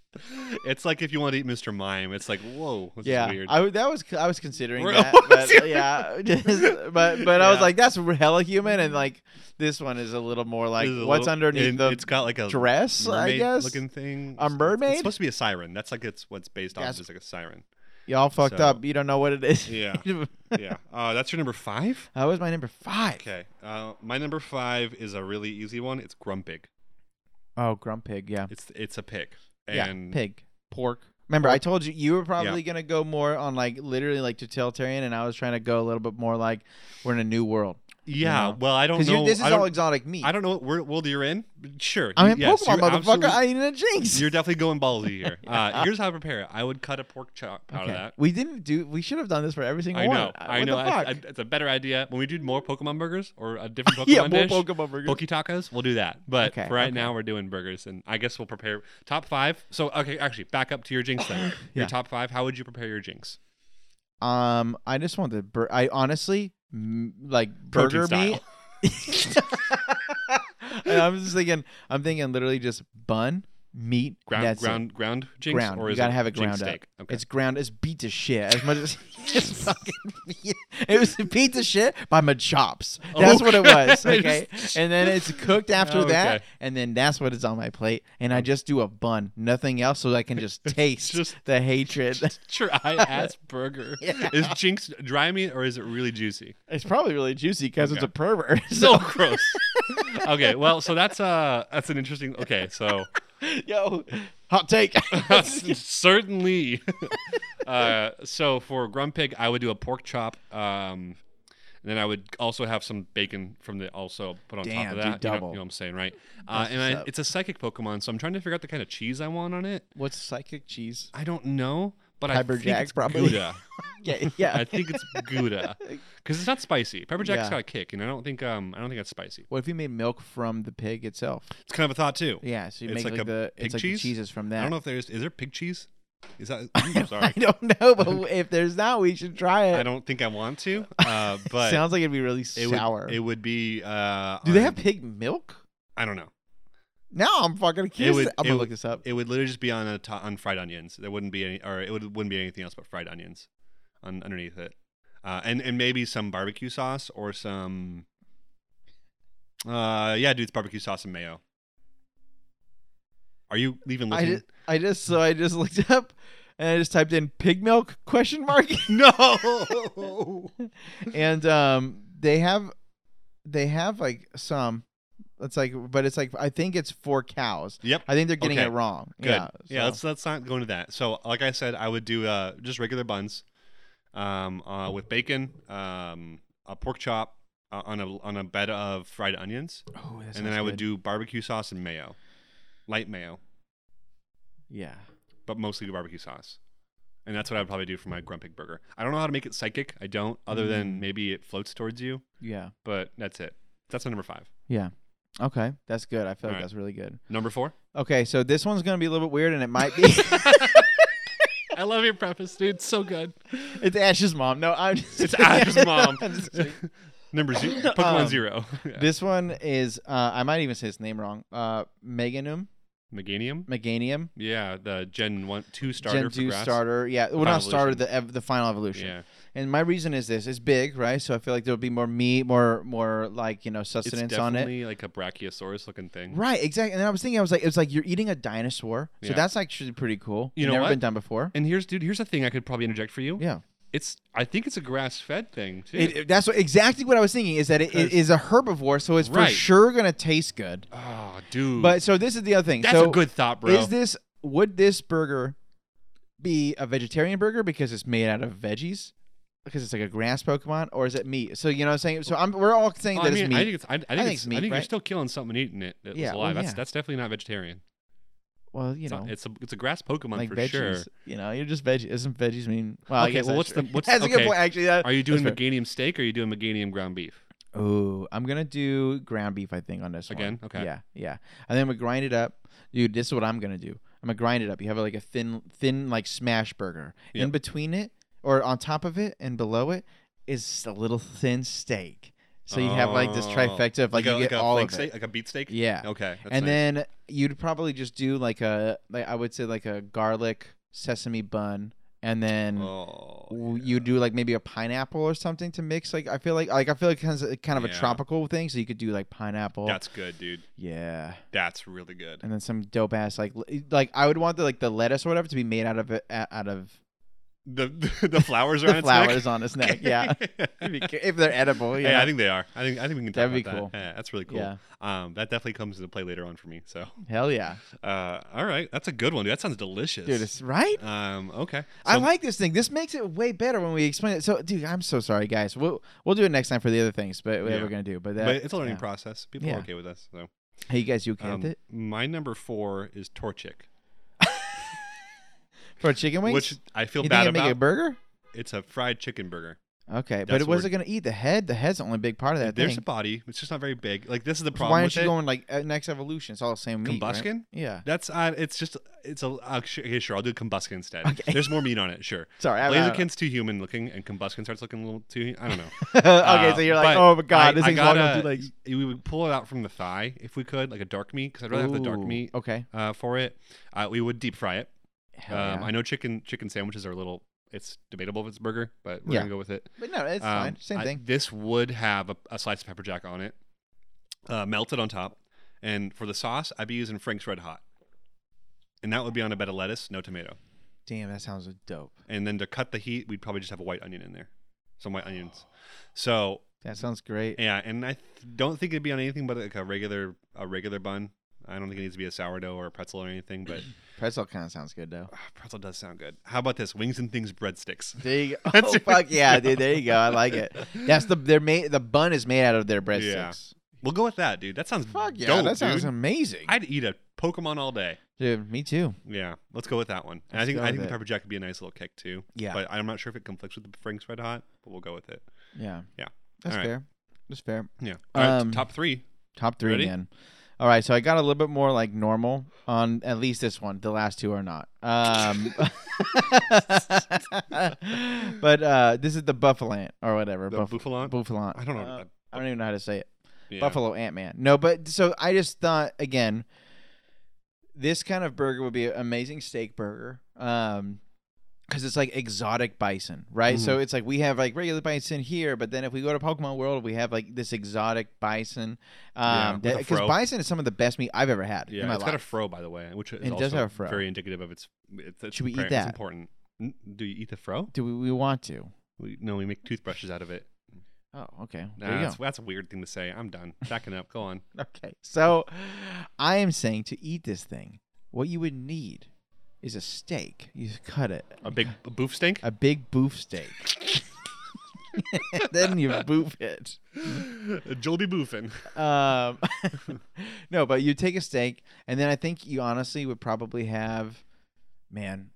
Speaker 1: It's like if you want to eat Mr. Mime, it's like whoa, this
Speaker 2: <laughs> yeah,
Speaker 1: is weird.
Speaker 2: I would- that was I was considering
Speaker 1: We're- <laughs>
Speaker 2: that, but yeah, <laughs> just- but but I was
Speaker 1: Yeah.
Speaker 2: like that's hella human and like this one is a little more like
Speaker 1: This is a
Speaker 2: what's
Speaker 1: little-
Speaker 2: underneath
Speaker 1: and
Speaker 2: the
Speaker 1: It's got like a
Speaker 2: dress, I
Speaker 1: mermaid
Speaker 2: guess.
Speaker 1: looking thing.
Speaker 2: A
Speaker 1: It's-
Speaker 2: mermaid?
Speaker 1: It's supposed to be a siren. That's like it's what's based off.
Speaker 2: Yes.
Speaker 1: of It's like a siren.
Speaker 2: Y'all fucked
Speaker 1: So-
Speaker 2: up. You don't know what it is.
Speaker 1: Yeah.
Speaker 2: <laughs>
Speaker 1: Yeah. Uh, that's your number five.
Speaker 2: that was my number five.
Speaker 1: Okay. Uh, my number five is a really easy one. It's grumpig.
Speaker 2: Oh, grump pig. Yeah.
Speaker 1: It's it's a pig.
Speaker 2: yeah.
Speaker 1: And
Speaker 2: Pig. Pork. Remember, I told you you were probably
Speaker 1: Yeah.
Speaker 2: gonna go more on like literally like totalitarian, and I was trying to go a little bit more like we're in a new world.
Speaker 1: Yeah.
Speaker 2: You know?
Speaker 1: Well, I don't
Speaker 2: Because
Speaker 1: know.
Speaker 2: this is
Speaker 1: Oh, I don't,
Speaker 2: all exotic meat.
Speaker 1: I don't know what wor- world you're in. Sure.
Speaker 2: I'm in
Speaker 1: yes,
Speaker 2: Pokemon,
Speaker 1: you're
Speaker 2: motherfucker.
Speaker 1: absolutely-
Speaker 2: I ain't in a jinx.
Speaker 1: <laughs> You're definitely going ballsy
Speaker 2: <laughs>
Speaker 1: here. Uh, here's how I prepare it. I would cut a pork chop out
Speaker 2: okay.
Speaker 1: of that.
Speaker 2: We didn't do. We should have done this for every single
Speaker 1: I
Speaker 2: one.
Speaker 1: know.
Speaker 2: Uh,
Speaker 1: I
Speaker 2: what
Speaker 1: know.
Speaker 2: The
Speaker 1: I-
Speaker 2: fuck? <laughs>
Speaker 1: I- it's a better idea when we do more Pokemon burgers or a different Pokemon
Speaker 2: yeah, more
Speaker 1: dish.
Speaker 2: Pokemon burgers.
Speaker 1: Poke tacos, we'll do that. But
Speaker 2: Okay,
Speaker 1: for right
Speaker 2: okay.
Speaker 1: now, we're doing burgers, and I guess we'll prepare top five. So, okay, actually, back up to your jinx then.
Speaker 2: <coughs> Yeah.
Speaker 1: Your top five. How would you prepare your jinx?
Speaker 2: Um, I just want the. Bur- I honestly m- like
Speaker 1: Protein
Speaker 2: burger meat. <laughs> and I'm just thinking. I'm thinking literally just bun, meat.
Speaker 1: Ground
Speaker 2: that's it.
Speaker 1: ground ground jinx
Speaker 2: ground.
Speaker 1: or
Speaker 2: you
Speaker 1: is
Speaker 2: gotta
Speaker 1: it
Speaker 2: have it
Speaker 1: jinx
Speaker 2: ground up.
Speaker 1: steak? Okay.
Speaker 2: It's ground. It's beat to shit as much as <laughs> it's fucking. beat- It was beat to shit by my chops. That's what
Speaker 1: <laughs>
Speaker 2: it was.
Speaker 1: Oh, Okay. Oh,
Speaker 2: Okay, and then it's cooked after that,
Speaker 1: Okay. Um,
Speaker 2: and then that's what is on my plate. And I just do a bun, nothing else, so I
Speaker 1: <laughs>
Speaker 2: can just taste
Speaker 1: Just-
Speaker 2: the hatred.
Speaker 1: <laughs> Sure, I ass burger. Is jinx dry meat or is it really juicy?
Speaker 2: <laughs> It's probably really juicy because it's
Speaker 1: Okay.
Speaker 2: a pervert. <laughs>
Speaker 1: <laughs> So
Speaker 2: So,
Speaker 1: gross. okay, well, so that's uh that's an interesting. Okay,
Speaker 2: <laughs>
Speaker 1: so
Speaker 2: yo,
Speaker 1: <laughs>
Speaker 2: hot take. <laughs>
Speaker 1: certainly. <laughs> uh, so for grumpig, I would do a pork chop. Um, and then I would also have some bacon from the also put on top
Speaker 2: Damn,
Speaker 1: of
Speaker 2: do
Speaker 1: that. You know- You, know,
Speaker 2: double.
Speaker 1: what I'm saying, right? Uh,
Speaker 2: That's
Speaker 1: and
Speaker 2: what's
Speaker 1: I,
Speaker 2: up.
Speaker 1: it's a psychic Pokemon, so I'm trying to figure out the kind of cheese I want on it.
Speaker 2: What's psychic cheese?
Speaker 1: I don't know, but I
Speaker 2: Pepper
Speaker 1: think
Speaker 2: Jack's
Speaker 1: it's
Speaker 2: probably.
Speaker 1: Gouda.
Speaker 2: Yeah, yeah.
Speaker 1: <laughs>
Speaker 2: <laughs>
Speaker 1: I think it's Gouda because it's not spicy. Pepper Jack's
Speaker 2: Yeah.
Speaker 1: got a kick, and I don't think um I don't think that's spicy.
Speaker 2: what if you made milk from the pig itself?
Speaker 1: It's kind of a thought too.
Speaker 2: Yeah, so you
Speaker 1: It's
Speaker 2: make
Speaker 1: like
Speaker 2: like,
Speaker 1: a
Speaker 2: the
Speaker 1: pig
Speaker 2: it's like
Speaker 1: cheese?
Speaker 2: the cheeses from that.
Speaker 1: I don't know if there's is there pig cheese. Is
Speaker 2: <laughs>
Speaker 1: that I'm
Speaker 2: I
Speaker 1: sorry?
Speaker 2: don't know, but if there's not, we should try it.
Speaker 1: I don't think I want to.
Speaker 2: <laughs>
Speaker 1: Uh, but
Speaker 2: Sounds like it'd be really
Speaker 1: it
Speaker 2: sour.
Speaker 1: would it would be. Uh,
Speaker 2: Do they
Speaker 1: on-
Speaker 2: have pig milk?
Speaker 1: I don't know.
Speaker 2: Now I'm fucking curious.
Speaker 1: would-
Speaker 2: I'm
Speaker 1: it
Speaker 2: gonna
Speaker 1: would-
Speaker 2: look this up.
Speaker 1: It would literally just be on a to- on fried onions. There wouldn't be any, or it would, wouldn't be anything else but fried onions on underneath it, uh, and and maybe some barbecue sauce or some. Uh, yeah, dude, it's barbecue sauce and mayo. Are you even
Speaker 2: I
Speaker 1: listening?
Speaker 2: <laughs> just, I just so I just <laughs> looked it up and I just typed in pig milk question mark
Speaker 1: <laughs>
Speaker 2: Oh.
Speaker 1: no.
Speaker 2: <laughs> and um they have they have like some it's like but it's like I think it's for cows.
Speaker 1: yep.
Speaker 2: I think they're getting
Speaker 1: Okay.
Speaker 2: it wrong.
Speaker 1: Good.
Speaker 2: Yeah.
Speaker 1: Yeah,
Speaker 2: so-
Speaker 1: let's let's not go into that. So, like I said, I would do uh, just regular buns, um, uh, with bacon, um, a pork chop uh, on a on a bed of fried onions,
Speaker 2: Oh, that
Speaker 1: and then
Speaker 2: sounds
Speaker 1: I would
Speaker 2: good.
Speaker 1: do barbecue sauce and mayo, light mayo,
Speaker 2: Yeah.
Speaker 1: but mostly barbecue sauce. And that's what I would probably do for my grumpig burger. I don't know how to make it psychic. I don't, other
Speaker 2: Mm.
Speaker 1: than maybe it floats towards you.
Speaker 2: Yeah.
Speaker 1: But that's it. That's my number five.
Speaker 2: Yeah. Okay. That's good. I feel like
Speaker 1: Alright.
Speaker 2: that's really good.
Speaker 1: Number four.
Speaker 2: Okay, so this one's gonna be a little bit weird and
Speaker 1: <laughs>
Speaker 2: it might be <laughs>
Speaker 1: I love your preface, dude. It's so good.
Speaker 2: It's Ash's mom. No, I'm just
Speaker 1: It's
Speaker 2: <laughs>
Speaker 1: Ash's mom.
Speaker 2: I'm just kidding.
Speaker 1: <laughs> number zero. Pokemon
Speaker 2: Um,
Speaker 1: Zero. <laughs> Yeah.
Speaker 2: This one is uh, I might even say his name wrong. Uh, Meganum,
Speaker 1: Meganium.
Speaker 2: Meganium,
Speaker 1: Yeah, the Gen One Two starter
Speaker 2: Gen
Speaker 1: for
Speaker 2: two
Speaker 1: grass.
Speaker 2: starter. Yeah, well,
Speaker 1: Final
Speaker 2: not starter.
Speaker 1: evolution.
Speaker 2: The ev- the final evolution.
Speaker 1: Yeah,
Speaker 2: And my reason is this: it's big, right? So I feel like there will be more meat, more more like you know
Speaker 1: it's
Speaker 2: sustenance on it.
Speaker 1: definitely like a Brachiosaurus looking thing.
Speaker 2: Right, exactly. And I was thinking, I was like, it's like you're eating a dinosaur, so
Speaker 1: Yeah.
Speaker 2: that's actually pretty cool.
Speaker 1: You know
Speaker 2: never
Speaker 1: what?
Speaker 2: been done before.
Speaker 1: And here's, dude, here's a thing I could probably interject for you.
Speaker 2: Yeah,
Speaker 1: It's, I think it's a grass-fed thing too.
Speaker 2: It- it- that's what, exactly what I was thinking. Is that it, it
Speaker 1: 'Cause-
Speaker 2: is a herbivore, so it's
Speaker 1: Right.
Speaker 2: for sure gonna taste good.
Speaker 1: oh, dude,
Speaker 2: But so this is the other thing.
Speaker 1: that's
Speaker 2: so
Speaker 1: a good thought, bro.
Speaker 2: Is this would this burger be a vegetarian burger because it's made out of veggies? Because it's like a grass Pokemon, or is it meat? So you know what I'm saying. So I'm, we're all saying
Speaker 1: Oh,
Speaker 2: that
Speaker 1: I mean,
Speaker 2: it's meat.
Speaker 1: I think it's, I, I think, it's,
Speaker 2: meat,
Speaker 1: I think you're
Speaker 2: right?
Speaker 1: still killing something and eating it. That
Speaker 2: Yeah,
Speaker 1: was
Speaker 2: well,
Speaker 1: alive. that's
Speaker 2: yeah.
Speaker 1: that's definitely not vegetarian.
Speaker 2: well, you
Speaker 1: It's,
Speaker 2: know,
Speaker 1: not, it's a it's a grass Pokemon
Speaker 2: like
Speaker 1: for
Speaker 2: veggies.
Speaker 1: sure.
Speaker 2: You know, you're just veggies. Isn't veggies mean? Well, I
Speaker 1: Okay,
Speaker 2: guess
Speaker 1: well,
Speaker 2: that's
Speaker 1: what's the-
Speaker 2: true. <laughs>
Speaker 1: what's-
Speaker 2: that's a good
Speaker 1: okay.
Speaker 2: point actually. That,
Speaker 1: Are you doing
Speaker 2: fair.
Speaker 1: Meganium steak or are you doing Meganium ground beef?
Speaker 2: oh, I'm gonna do ground beef. I think on this
Speaker 1: Again?
Speaker 2: One.
Speaker 1: Okay.
Speaker 2: Yeah, yeah. And then we grind it up, dude. This is what I'm gonna do. I'm gonna grind it up. You have like a thin, thin like smash burger. In
Speaker 1: Yep.
Speaker 2: between it, or on top of it, and below it is a little thin steak. So you have like this
Speaker 1: Oh.
Speaker 2: trifecta of like,
Speaker 1: a,
Speaker 2: you get
Speaker 1: a
Speaker 2: all
Speaker 1: flake
Speaker 2: of
Speaker 1: steak,
Speaker 2: it.
Speaker 1: like a beet steak.
Speaker 2: Yeah.
Speaker 1: Okay. that's nice.
Speaker 2: and then you'd probably just do like a like I would say like a garlic sesame bun, and then
Speaker 1: oh,
Speaker 2: w-
Speaker 1: yeah.
Speaker 2: you do like maybe a pineapple or something to mix. Like I feel like like I feel like kind of, kind of a
Speaker 1: Yeah.
Speaker 2: tropical thing, so you could do like pineapple.
Speaker 1: that's good, dude.
Speaker 2: yeah,
Speaker 1: That's really good.
Speaker 2: and then some dope ass like l- like I would want the like the lettuce or whatever to be made out of it out of
Speaker 1: The <laughs> the flowers are
Speaker 2: the
Speaker 1: on
Speaker 2: flowers
Speaker 1: its neck. <laughs>
Speaker 2: on its neck. Yeah,
Speaker 1: yeah.
Speaker 2: <laughs> if they're edible. Yeah,
Speaker 1: Yeah, I think they are. I think I think we can talk
Speaker 2: That'd be
Speaker 1: about
Speaker 2: cool.
Speaker 1: that. Yeah, that's really cool.
Speaker 2: Yeah.
Speaker 1: Um, that definitely comes into play later on for me. So,
Speaker 2: hell yeah,
Speaker 1: uh, all right, that's a good one. Dude. That sounds delicious.
Speaker 2: dude, it's right.
Speaker 1: um, okay.
Speaker 2: I
Speaker 1: So-
Speaker 2: like this thing. This makes it way better when we explain it. So, dude, I'm so sorry, guys. We'll we'll do it next time for the other things, but whatever
Speaker 1: Yeah.
Speaker 2: we're gonna do. But, that,
Speaker 1: but it's a learning
Speaker 2: yeah.
Speaker 1: process. People
Speaker 2: Yeah.
Speaker 1: are okay with us. So,
Speaker 2: Hey, you guys, you okay
Speaker 1: um,
Speaker 2: with it
Speaker 1: my number four is Torchic,
Speaker 2: for chicken wings?
Speaker 1: which I feel
Speaker 2: you think
Speaker 1: bad
Speaker 2: I make a
Speaker 1: about.
Speaker 2: burger?
Speaker 1: it's a fried chicken burger.
Speaker 2: Okay, but
Speaker 1: That's
Speaker 2: it
Speaker 1: what
Speaker 2: wasn't going to eat the head. The head's the only big part of that
Speaker 1: There's
Speaker 2: thing.
Speaker 1: a body. It's just not very big. Like this is the
Speaker 2: So
Speaker 1: problem.
Speaker 2: why
Speaker 1: with
Speaker 2: aren't you
Speaker 1: it.
Speaker 2: going like uh, next evolution? It's all the same meat. right?
Speaker 1: Combuskin?
Speaker 2: Yeah.
Speaker 1: That's uh, it's just it's a uh, sh- okay, sure. I'll do combuskin instead.
Speaker 2: Okay.
Speaker 1: There's more meat on it. Sure.
Speaker 2: Sorry. I- I-
Speaker 1: Blaziken's too human looking, and combuskin starts looking a little too. I don't know.
Speaker 2: <laughs> okay,
Speaker 1: Uh,
Speaker 2: so you're
Speaker 1: but
Speaker 2: like, oh my god,
Speaker 1: I-
Speaker 2: this
Speaker 1: I
Speaker 2: thing's long enough
Speaker 1: gotta-
Speaker 2: to like.
Speaker 1: We would pull it out from the thigh if we could, like a dark meat, because I'd rather have the dark
Speaker 2: Ooh,
Speaker 1: meat
Speaker 2: Okay.
Speaker 1: uh, for it. Uh, we would deep fry it.
Speaker 2: Hell
Speaker 1: Um,
Speaker 2: yeah.
Speaker 1: I know chicken chicken sandwiches are a little. It's debatable if it's a burger, but we're
Speaker 2: Yeah.
Speaker 1: gonna go with it.
Speaker 2: but no, it's
Speaker 1: Um,
Speaker 2: fine. Same
Speaker 1: I-
Speaker 2: thing.
Speaker 1: This would have a, a slice of pepper jack on it, uh, melted on top, and for the sauce, I'd be using Frank's Red Hot, and that would be on a bed of lettuce, no tomato.
Speaker 2: Damn, that sounds dope.
Speaker 1: And then to cut the heat, we'd probably just have a white onion in there, some white onions. So
Speaker 2: That sounds great.
Speaker 1: yeah, and I th- don't think it'd be on anything but like a regular a regular bun. I don't think it needs to be a sourdough or a pretzel or anything, but <clears throat>
Speaker 2: Pretzel kind of sounds good though.
Speaker 1: ah, pretzel does sound good. How about this? Wings and things breadsticks. <laughs>
Speaker 2: There you go.
Speaker 1: That's
Speaker 2: Oh,
Speaker 1: really
Speaker 2: fuck yeah,
Speaker 1: dope.
Speaker 2: dude. There you go. I
Speaker 1: <laughs>
Speaker 2: like it. That's the they're made. The bun is made out of their breadsticks.
Speaker 1: We'll go with that, dude. That sounds
Speaker 2: Fuck yeah,
Speaker 1: dope,
Speaker 2: that sounds
Speaker 1: dude.
Speaker 2: amazing.
Speaker 1: I'd eat a Pokemon all day.
Speaker 2: dude, me too.
Speaker 1: Yeah, let's go with that one. And I
Speaker 2: Let's
Speaker 1: think
Speaker 2: go
Speaker 1: I
Speaker 2: with
Speaker 1: think the
Speaker 2: it.
Speaker 1: pepper jack would be a nice little kick too.
Speaker 2: Yeah.
Speaker 1: But I'm not sure if it conflicts with the Frank's Red Hot, but we'll go with it.
Speaker 2: yeah.
Speaker 1: Yeah.
Speaker 2: That's
Speaker 1: All right.
Speaker 2: fair. That's fair.
Speaker 1: Yeah. All right,
Speaker 2: Um,
Speaker 1: top three.
Speaker 2: Top three
Speaker 1: Ready?
Speaker 2: again. All right, so I got a little bit more like normal on at least this one. The last two are not. Um, <laughs> but uh, this is the buffalo ant or whatever.
Speaker 1: The
Speaker 2: Buff-
Speaker 1: Buffalant.
Speaker 2: Buffalant.
Speaker 1: I don't know.
Speaker 2: Uh, I don't even know how to say it.
Speaker 1: Yeah.
Speaker 2: Buffalo Ant Man. No, but so I just thought again, this kind of burger would be an amazing steak burger. Um, because it's like exotic bison, right?
Speaker 1: Mm-hmm.
Speaker 2: So it's like we have like regular bison here, but then if we go to Pokemon World, we have like this exotic bison.
Speaker 1: Yeah,
Speaker 2: Um,
Speaker 1: with a
Speaker 2: because
Speaker 1: fro.
Speaker 2: bison is some of the best meat I've ever had in
Speaker 1: Yeah,
Speaker 2: my
Speaker 1: it's
Speaker 2: life.
Speaker 1: got a fro, by the way, which is
Speaker 2: It
Speaker 1: also
Speaker 2: does have a fro.
Speaker 1: very indicative of its. It's, it's
Speaker 2: Should we eat
Speaker 1: very- It's
Speaker 2: that?
Speaker 1: important. N- Do you eat the fro?
Speaker 2: Do we, we want to?
Speaker 1: We, no, we make toothbrushes out of it.
Speaker 2: Oh, okay.
Speaker 1: Nah,
Speaker 2: There you go.
Speaker 1: that's, that's a weird thing to say. I'm done. Backing up. Go on.
Speaker 2: <laughs> Okay. So I am saying to eat this thing, what you would need is a steak. You cut it. <laughs>
Speaker 1: A big a boof stink.
Speaker 2: a big boof steak. <laughs> then you boof it.
Speaker 1: <laughs> Joel be boofing.
Speaker 2: Um, <laughs> no, but you take a steak, and then I think you honestly would probably have, man.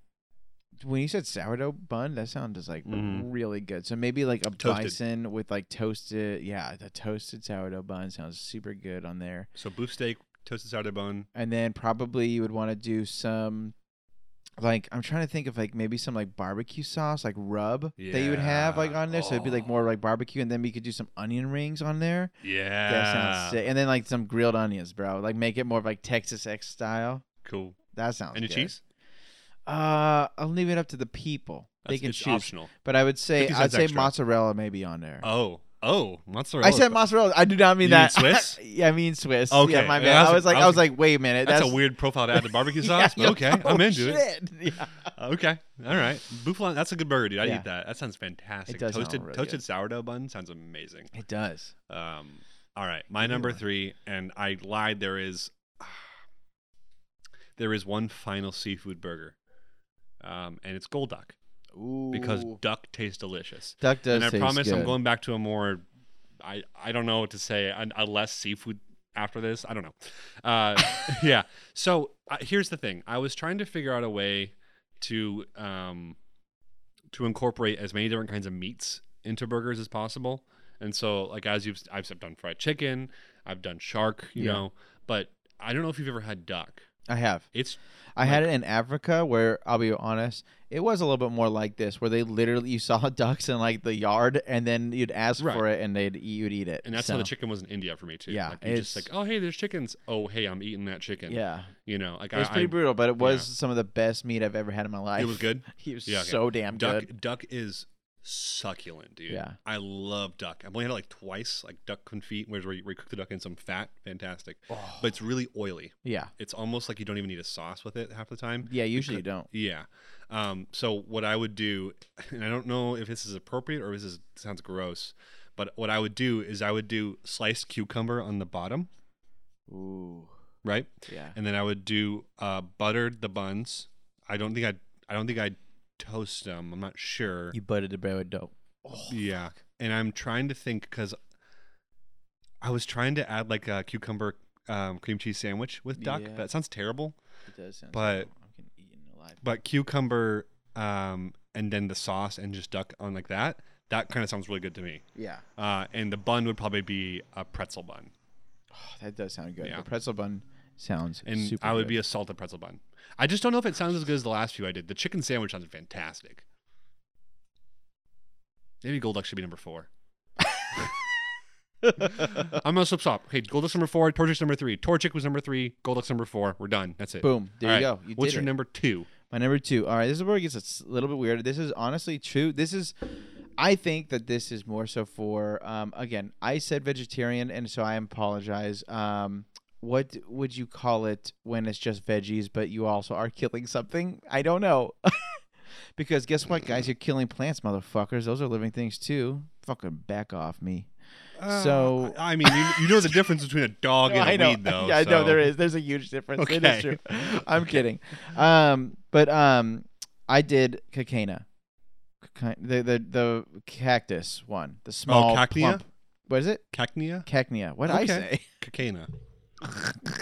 Speaker 2: When you said sourdough bun, that sounded like
Speaker 1: Mhm.
Speaker 2: really good. So maybe like a
Speaker 1: Toasted.
Speaker 2: bison with like toasted, yeah, the toasted sourdough bun sounds super good on there.
Speaker 1: So boof steak, toasted sourdough bun.
Speaker 2: And then probably you would want to do some, like I'm trying to think of like maybe some like barbecue sauce, like rub that you would have like
Speaker 1: Yeah.
Speaker 2: on there. So it'd be like
Speaker 1: Oh.
Speaker 2: more like barbecue, and then we could do some onion rings on there.
Speaker 1: Yeah.
Speaker 2: That
Speaker 1: Ah.
Speaker 2: sounds sick. And then like some grilled onions, bro. Like make it more of like Texas X style.
Speaker 1: Cool.
Speaker 2: That sounds.
Speaker 1: Any
Speaker 2: good.
Speaker 1: cheese?
Speaker 2: Uh, I'll leave it up to the people. they
Speaker 1: That's-
Speaker 2: can
Speaker 1: it's
Speaker 2: choose.
Speaker 1: optional.
Speaker 2: But I would say
Speaker 1: 50
Speaker 2: I'd
Speaker 1: cents
Speaker 2: say
Speaker 1: extra.
Speaker 2: mozzarella maybe on there.
Speaker 1: Oh, oh, mozzarella.
Speaker 2: I said mozzarella. I do not mean
Speaker 1: You mean
Speaker 2: that. <laughs>
Speaker 1: Swiss?
Speaker 2: yeah, I mean Swiss.
Speaker 1: Okay.
Speaker 2: Yeah, my
Speaker 1: Yeah,
Speaker 2: bad.
Speaker 1: I was-
Speaker 2: I was like,
Speaker 1: I
Speaker 2: I
Speaker 1: was
Speaker 2: was, like, wait a minute.
Speaker 1: That's, a weird profile to add to barbecue
Speaker 2: <laughs> Yeah,
Speaker 1: sauce. but
Speaker 2: you're-
Speaker 1: okay, I'm
Speaker 2: oh,
Speaker 1: into it.
Speaker 2: shit.
Speaker 1: <laughs>
Speaker 2: Yeah.
Speaker 1: Okay, all right. Buffalo. That's a good burger, dude. I would
Speaker 2: Yeah.
Speaker 1: eat that. That sounds fantastic.
Speaker 2: It does sound
Speaker 1: toasted
Speaker 2: really
Speaker 1: toasted
Speaker 2: good.
Speaker 1: sourdough bun sounds amazing.
Speaker 2: It does.
Speaker 1: Um, all right, my number
Speaker 2: one.
Speaker 1: three, and I lied. There is <sighs> there is one final seafood burger, um, and it's gold duck
Speaker 2: Ooh.
Speaker 1: because duck tastes delicious.
Speaker 2: duck does.
Speaker 1: and I
Speaker 2: taste
Speaker 1: promise I'm
Speaker 2: good.
Speaker 1: going back to a more I I don't know what to say a, a less seafood after this. I don't know. Uh, <laughs> yeah. So uh, here's the thing. I was trying to figure out a way to um to incorporate as many different kinds of meats into burgers as possible. And so like as you've I've done fried chicken, I've done shark, you
Speaker 2: Yeah.
Speaker 1: know, but I don't know if you've ever had duck.
Speaker 2: I have.
Speaker 1: It's
Speaker 2: I had it in Africa where I'll be honest, it was a little bit more like this, where they literally you saw <laughs> ducks in like the yard, and then you'd ask
Speaker 1: Right.
Speaker 2: for it, and they'd you'd eat it.
Speaker 1: and that's
Speaker 2: so,
Speaker 1: how the chicken was in India for me too.
Speaker 2: Yeah,
Speaker 1: like you just like,
Speaker 2: it's-
Speaker 1: oh hey, there's chickens. Oh hey, I'm eating that chicken.
Speaker 2: Yeah,
Speaker 1: you know, like
Speaker 2: it was
Speaker 1: I,
Speaker 2: pretty
Speaker 1: I-
Speaker 2: brutal, but it was some of the best meat I've ever had in my life.
Speaker 1: It was good.
Speaker 2: <laughs> He was
Speaker 1: Yeah, okay.
Speaker 2: so damn
Speaker 1: Duck
Speaker 2: good.
Speaker 1: duck is succulent, dude.
Speaker 2: Yeah.
Speaker 1: I love duck. I've only had it like twice, like duck confit, where's where you where you cook the duck in some fat. Fantastic. But it's really oily.
Speaker 2: Yeah,
Speaker 1: It's almost like you don't even need a sauce with it half the time.
Speaker 2: yeah. Usually you don't.
Speaker 1: Yeah. Um, so what I would do, and I don't know if this is appropriate or if this is, sounds gross, but what I would do is I would do sliced cucumber on the bottom,
Speaker 2: Ooh,
Speaker 1: right?
Speaker 2: yeah.
Speaker 1: and then I would do uh, buttered the buns. I don't think I I don't think I toast them. I'm not sure.
Speaker 2: You buttered the bread with dough.
Speaker 1: yeah, and I'm trying to think because I was trying to add like a cucumber um, cream cheese sandwich with duck.
Speaker 2: Yeah.
Speaker 1: That sounds terrible,
Speaker 2: It does sound.
Speaker 1: But-
Speaker 2: terrible. I'm eating alive.
Speaker 1: but cucumber um, and then the sauce and just duck on like that. That kind of sounds really good to me.
Speaker 2: Yeah.
Speaker 1: Uh, and the bun would probably be a pretzel bun,
Speaker 2: Oh, that does sound good.
Speaker 1: Yeah.
Speaker 2: The pretzel bun sounds
Speaker 1: and
Speaker 2: super
Speaker 1: I would
Speaker 2: good.
Speaker 1: be a salted pretzel bun. I just don't know if it sounds as good as the last few I did. The chicken sandwich sounds fantastic. Maybe Golduck should be number four. <laughs> I'm gonna slip stop. Hey, Golduck's number four, Torchic's number three. Torchic was number three, Golduck's number four. We're done. That's it.
Speaker 2: Boom. There
Speaker 1: All
Speaker 2: you
Speaker 1: right.
Speaker 2: go. You
Speaker 1: What's
Speaker 2: did
Speaker 1: your
Speaker 2: it.
Speaker 1: number two?
Speaker 2: My number two. All right, this is where it gets a s- little bit weird. This is honestly true. This is, I think that this is more so for, um, again, I said vegetarian, and so I apologize. Um, what would you call it when it's just veggies, but you also are killing something? I don't know. <laughs> because guess what, guys? You're killing plants, motherfuckers. Those are living things too. Fucking back off me. So-
Speaker 1: I I mean, you, you know the difference between a dog and a
Speaker 2: Uh, <laughs> I know.
Speaker 1: weed, though.
Speaker 2: yeah, I know
Speaker 1: so-
Speaker 2: there is. There's a huge difference. It
Speaker 1: Okay.
Speaker 2: is true.
Speaker 1: <laughs>
Speaker 2: I'm kidding. Um, but um, I did cacana, Caca- the the the cactus one, the small
Speaker 1: Oh, cacnea?
Speaker 2: plump. What is it?
Speaker 1: Cacnea,
Speaker 2: Cacnea. What did I
Speaker 1: Okay.
Speaker 2: say?
Speaker 1: <laughs> cacana.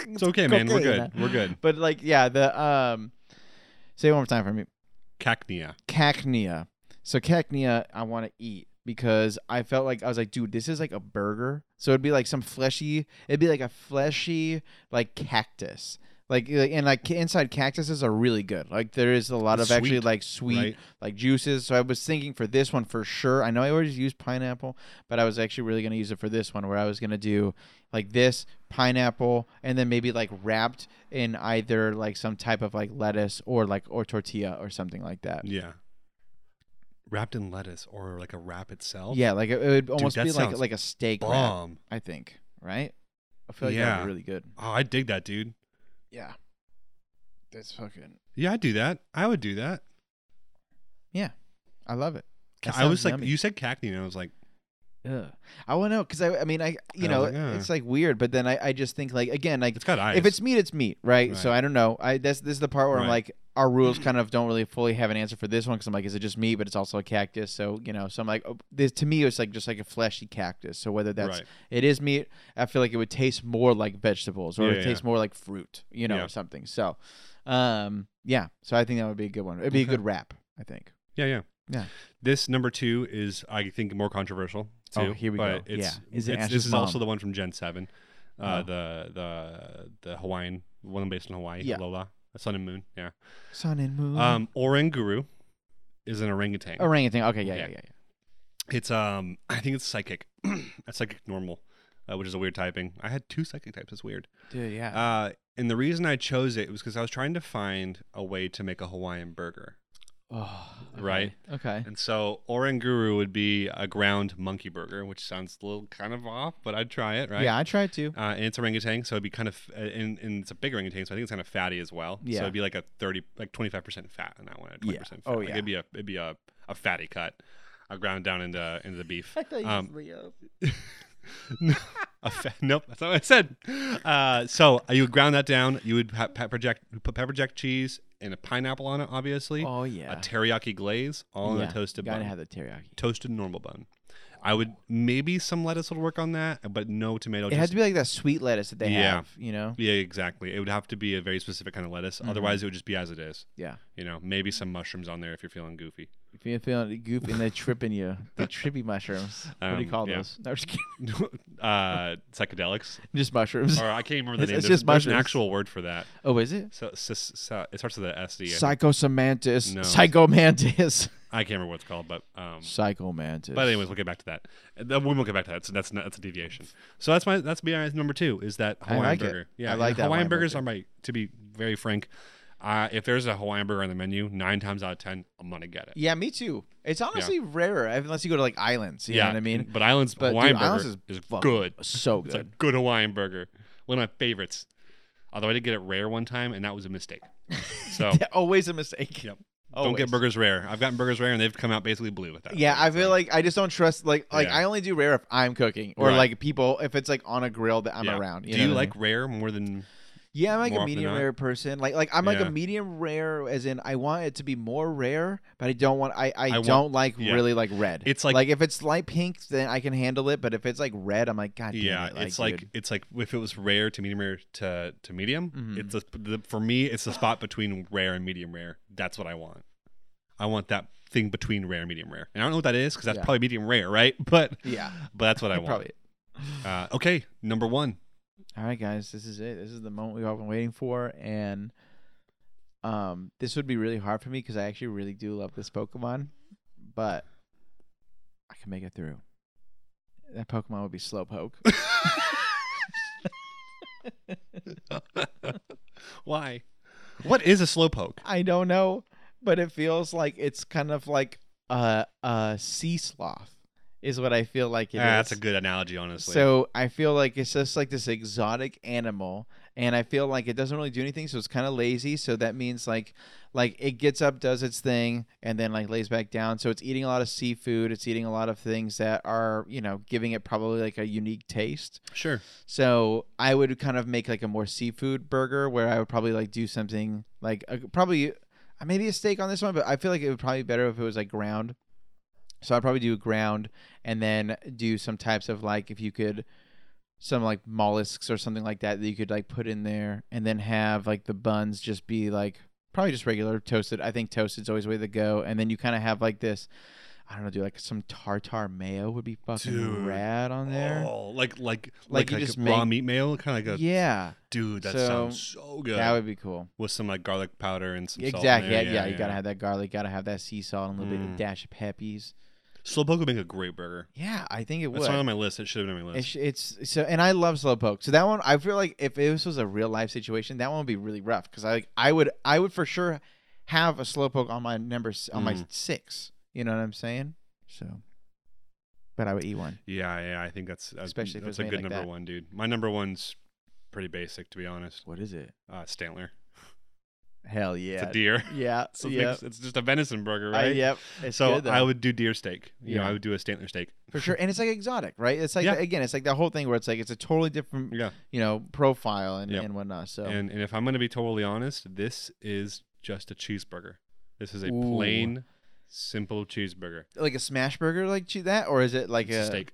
Speaker 1: It's okay, man. We're good.
Speaker 2: Cocaine.
Speaker 1: We're good.
Speaker 2: But like, yeah, the um, say it one more time for me.
Speaker 1: Cacnea.
Speaker 2: Cacnea. So cacnea, I want to eat because I felt like I was like, dude, this is like a burger. So it'd be like some fleshy. It'd be like a fleshy like cactus. Like like- and like inside cactuses are really good. Like there is a lot of
Speaker 1: It's
Speaker 2: actually
Speaker 1: sweet,
Speaker 2: like sweet
Speaker 1: right?
Speaker 2: like juices. So I was thinking for this one for sure. I know I already used pineapple, but I was actually really gonna use it for this one where I was gonna do like this pineapple and then maybe like wrapped in either like some type of like lettuce or like or tortilla or something like that.
Speaker 1: Yeah. Wrapped in lettuce or like a wrap itself.
Speaker 2: Yeah, like it, it would almost
Speaker 1: that
Speaker 2: be like
Speaker 1: sounds
Speaker 2: like a steak wrap.
Speaker 1: Bomb.
Speaker 2: I think, right? I feel like that would
Speaker 1: Yeah.
Speaker 2: be really good.
Speaker 1: Oh, I dig that, dude.
Speaker 2: Yeah, that's fucking.
Speaker 1: Yeah, I do that. I would do that.
Speaker 2: Yeah, I love it. That
Speaker 1: I was
Speaker 2: sounds
Speaker 1: like,
Speaker 2: yummy.
Speaker 1: you said cacnea, and I was like,
Speaker 2: Ugh. I want to know because I, I mean, I,
Speaker 1: I
Speaker 2: you know,
Speaker 1: was like, "Ugh."
Speaker 2: it's like weird, but then I, I just think like again, like
Speaker 1: it's got eyes.
Speaker 2: if it's meat, it's meat, right? So
Speaker 1: Right.
Speaker 2: I don't know. I that's this is the part where I'm
Speaker 1: Right.
Speaker 2: like, our rules kind of don't really fully have an answer for this one because I'm like, is it just meat? But it's also a cactus, so you know. So I'm like, oh, this to me it's like just like a fleshy cactus. So whether <laughs> that's
Speaker 1: Right.
Speaker 2: it is meat, I feel like it would taste more like vegetables or
Speaker 1: Yeah,
Speaker 2: it
Speaker 1: yeah,
Speaker 2: tastes more like fruit, you know,
Speaker 1: Yeah.
Speaker 2: or something. So, um, yeah. So I think that would be a good one. It'd be
Speaker 1: Okay.
Speaker 2: a good wrap, I think.
Speaker 1: yeah, yeah,
Speaker 2: Yeah.
Speaker 1: This number two is, I think, more controversial. Too,
Speaker 2: Oh, here we
Speaker 1: but
Speaker 2: go.
Speaker 1: It's,
Speaker 2: Yeah. Is it
Speaker 1: it's-
Speaker 2: Ash's
Speaker 1: this is also
Speaker 2: mom?
Speaker 1: the one from Gen Seven, uh,
Speaker 2: Oh.
Speaker 1: the the the Hawaiian one based in Hawaii,
Speaker 2: Yeah. Mm.
Speaker 1: Lola, Sun and Moon. Yeah.
Speaker 2: Sun and moon.
Speaker 1: Um, Oranguru is an orangutan.
Speaker 2: orangutan. Okay, yeah, yeah,
Speaker 1: yeah.
Speaker 2: yeah, yeah.
Speaker 1: It's um, I think it's psychic, <clears throat> a psychic normal, uh, which is a weird typing. I had two psychic types. It's weird.
Speaker 2: Dude, yeah.
Speaker 1: Uh, and the reason I chose it was because I was trying to find a way to make a Hawaiian burger.
Speaker 2: oh, okay.
Speaker 1: right.
Speaker 2: Okay.
Speaker 1: And so oranguru would be a ground monkey burger, which sounds a little kind of off, but I'd try it, right?
Speaker 2: Yeah, I tried to.
Speaker 1: Uh, and it's orangutan, so it'd be kind of, uh, and, and it's a big orangutan, so I think it's kind of fatty as well. So
Speaker 2: Yeah.
Speaker 1: it'd be like a thirty, like twenty five percent fat on that one. at
Speaker 2: Yeah.
Speaker 1: 20% Fat.
Speaker 2: Oh,
Speaker 1: Like,
Speaker 2: yeah.
Speaker 1: It'd be a, it'd be a, a fatty cut, a ground down into into the beef.
Speaker 2: I thought
Speaker 1: you Um,
Speaker 2: Leo.
Speaker 1: No, a fa- <laughs> nope, that's not what I said. Uh, so you would ground that down. You would ha- pepper jack, put pepper jack cheese and a pineapple on it, obviously.
Speaker 2: Oh yeah.
Speaker 1: A teriyaki glaze, all in
Speaker 2: yeah.
Speaker 1: a toasted
Speaker 2: Gotta
Speaker 1: bun.
Speaker 2: have the teriyaki.
Speaker 1: toasted normal bun. I would maybe some lettuce would work on that, but no tomato.
Speaker 2: It has to be like that sweet lettuce that they
Speaker 1: Yeah.
Speaker 2: have, you know?
Speaker 1: yeah, exactly. It would have to be a very specific kind of lettuce.
Speaker 2: Mm-hmm.
Speaker 1: Otherwise, it would just be as it is.
Speaker 2: Yeah.
Speaker 1: You know, maybe some mushrooms on there if you're feeling goofy. <laughs>
Speaker 2: If you're feeling goofy and they're tripping you, the trippy mushrooms. what do
Speaker 1: Um,
Speaker 2: you call
Speaker 1: yeah.
Speaker 2: those? No, I'm just kidding. <laughs>
Speaker 1: uh, psychedelics,
Speaker 2: Just mushrooms.
Speaker 1: or I can't remember the
Speaker 2: It's-
Speaker 1: name.
Speaker 2: it's
Speaker 1: there's,
Speaker 2: just
Speaker 1: there's an
Speaker 2: mushrooms.
Speaker 1: actual word for that.
Speaker 2: Oh, is it?
Speaker 1: So, so, so- it starts with a S D. I think.
Speaker 2: Psychosemantis.
Speaker 1: No.
Speaker 2: Psychomantis. <laughs>
Speaker 1: I can't remember what it's called, but um,
Speaker 2: Psychomantis.
Speaker 1: but anyways, we'll get back to that. Uh, We'll get back to that. So that's not, that's a deviation. So that's my that's my number two is that Hawaiian
Speaker 2: like it.
Speaker 1: burger. Yeah,
Speaker 2: I
Speaker 1: and
Speaker 2: like that
Speaker 1: Hawaiian
Speaker 2: Hawaiian
Speaker 1: burgers
Speaker 2: burger.
Speaker 1: are my. To be very frank, uh, if there's a Hawaiian burger on the menu, nine times out of ten, I'm gonna get it.
Speaker 2: Yeah, me too. It's honestly rarer unless you go to like islands. You know what I mean?
Speaker 1: But Island's
Speaker 2: But
Speaker 1: Hawaiian
Speaker 2: dude,
Speaker 1: burger
Speaker 2: Islands
Speaker 1: is,
Speaker 2: is fucking
Speaker 1: good.
Speaker 2: So
Speaker 1: It's a
Speaker 2: good.
Speaker 1: good Hawaiian burger. One of my favorites. Although I did get it rare one time, and that was a
Speaker 2: <laughs>
Speaker 1: mistake. So
Speaker 2: Yeah, Always a mistake. <laughs>
Speaker 1: Yep. don't
Speaker 2: Always.
Speaker 1: get burgers rare. I've gotten burgers rare, and they've come out basically blue at that.
Speaker 2: Yeah,
Speaker 1: point.
Speaker 2: I feel like I just don't trust like like
Speaker 1: Yeah.
Speaker 2: I only do rare if I'm cooking or
Speaker 1: Right.
Speaker 2: like people if it's like on a grill that I'm
Speaker 1: Yeah.
Speaker 2: around. You
Speaker 1: Do
Speaker 2: know
Speaker 1: you
Speaker 2: what I mean?
Speaker 1: like rare more than?
Speaker 2: Yeah, I'm like
Speaker 1: more
Speaker 2: a
Speaker 1: often than
Speaker 2: medium
Speaker 1: not.
Speaker 2: rare person. Like like I'm like
Speaker 1: Yeah.
Speaker 2: a medium rare as in I want it to be more rare, but I don't want I, I,
Speaker 1: want-
Speaker 2: don't like
Speaker 1: yeah.
Speaker 2: really like red.
Speaker 1: It's like-
Speaker 2: like if it's light pink, then I can handle it, but if it's like red, I'm like god damn
Speaker 1: Yeah,
Speaker 2: it, like,
Speaker 1: it's like
Speaker 2: dude.
Speaker 1: it's like if it was rare to medium rare to to medium,
Speaker 2: Mhm.
Speaker 1: it's a, the, for me it's the spot between rare and medium rare. That's what I want. I want that thing between rare and medium rare. And I don't know what that is because that's
Speaker 2: Yeah.
Speaker 1: probably medium rare, right? <laughs> But
Speaker 2: Yeah.
Speaker 1: but that's
Speaker 2: <laughs>
Speaker 1: what I want.
Speaker 2: Probably.
Speaker 1: Uh, okay, number
Speaker 2: <laughs>
Speaker 1: one.
Speaker 2: All right, guys, this is it. This is the moment we've all been waiting for, and um, this would be really hard for me because I actually really do love this Pokemon, but I can make it through. That Pokemon would be Slowpoke.
Speaker 1: Why? What is a slowpoke?
Speaker 2: I don't know, but it feels like it's kind of like a a sea sloth, is what I feel like it is.
Speaker 1: Ah, that's a good analogy, honestly.
Speaker 2: So I feel like it's just like this exotic animal, and I feel like it doesn't really do anything, so it's kind of lazy. So that means like, like it gets up, does its thing, and then like lays back down. So it's eating a lot of seafood. It's eating a lot of things that are you know giving it probably like a unique taste.
Speaker 1: sure.
Speaker 2: So I would kind of make like a more seafood burger where I would probably like do something like a, probably uh, maybe a steak on this one, but I feel like it would probably be better if it was like ground. So I'd probably do ground and then do some types of like if you could some like mollusks or something like that that you could like put in there and then have like the buns just be like probably just regular toasted. I think toasted's always the way to go. And then you kind of have like this I don't know, do like some tartar mayo would be fucking
Speaker 1: Dude.
Speaker 2: rad on there.
Speaker 1: Oh, like like like,
Speaker 2: Like
Speaker 1: like,
Speaker 2: you just
Speaker 1: raw
Speaker 2: make-
Speaker 1: meat mayo, kind of like a
Speaker 2: yeah.
Speaker 1: dude. That
Speaker 2: So,
Speaker 1: sounds so good
Speaker 2: That would be cool.
Speaker 1: with some like garlic powder and some Salt in
Speaker 2: exactly. Yeah,
Speaker 1: there.
Speaker 2: yeah, You gotta have that garlic. Gotta have that sea salt and a little bit
Speaker 1: Mm.
Speaker 2: of dash of peppies.
Speaker 1: slowpoke would make a great burger.
Speaker 2: Yeah, I think it
Speaker 1: That's not on
Speaker 2: would.
Speaker 1: my list. It should have been on my list.
Speaker 2: It's, it's so, and I love slowpoke. So that one, I feel like if this was a real life situation, that one would be really rough because I, I would, I would for sure have a slowpoke on my number s- on my
Speaker 1: Mm.
Speaker 2: six. You know what I'm saying? So, but I would eat one.
Speaker 1: yeah, yeah. I think that's that's,
Speaker 2: Especially if
Speaker 1: that's
Speaker 2: it's
Speaker 1: a
Speaker 2: made
Speaker 1: good
Speaker 2: like
Speaker 1: number
Speaker 2: that.
Speaker 1: one, dude. My number one's pretty basic, to be honest.
Speaker 2: What is it?
Speaker 1: Uh, Stantler.
Speaker 2: Hell
Speaker 1: It's
Speaker 2: yeah,
Speaker 1: a
Speaker 2: <laughs>
Speaker 1: deer.
Speaker 2: yeah,
Speaker 1: So
Speaker 2: yeah.
Speaker 1: <laughs> it's just a venison burger,
Speaker 2: I-
Speaker 1: right?
Speaker 2: yep. It's
Speaker 1: so
Speaker 2: good, though.
Speaker 1: I would do deer steak. You know,
Speaker 2: Yeah.
Speaker 1: I would do a Stantler steak.
Speaker 2: for sure, and it's like exotic, right? It's like
Speaker 1: Yeah.
Speaker 2: again, it's like the whole thing where it's like it's a totally different,
Speaker 1: Yeah.
Speaker 2: you know, profile and,
Speaker 1: Yep.
Speaker 2: and whatnot. So
Speaker 1: And and if I'm gonna be totally honest, this is just a cheeseburger. This is a
Speaker 2: Ooh.
Speaker 1: plain, simple cheeseburger.
Speaker 2: like a smash burger like che- that or is it like
Speaker 1: it's
Speaker 2: a,
Speaker 1: a steak.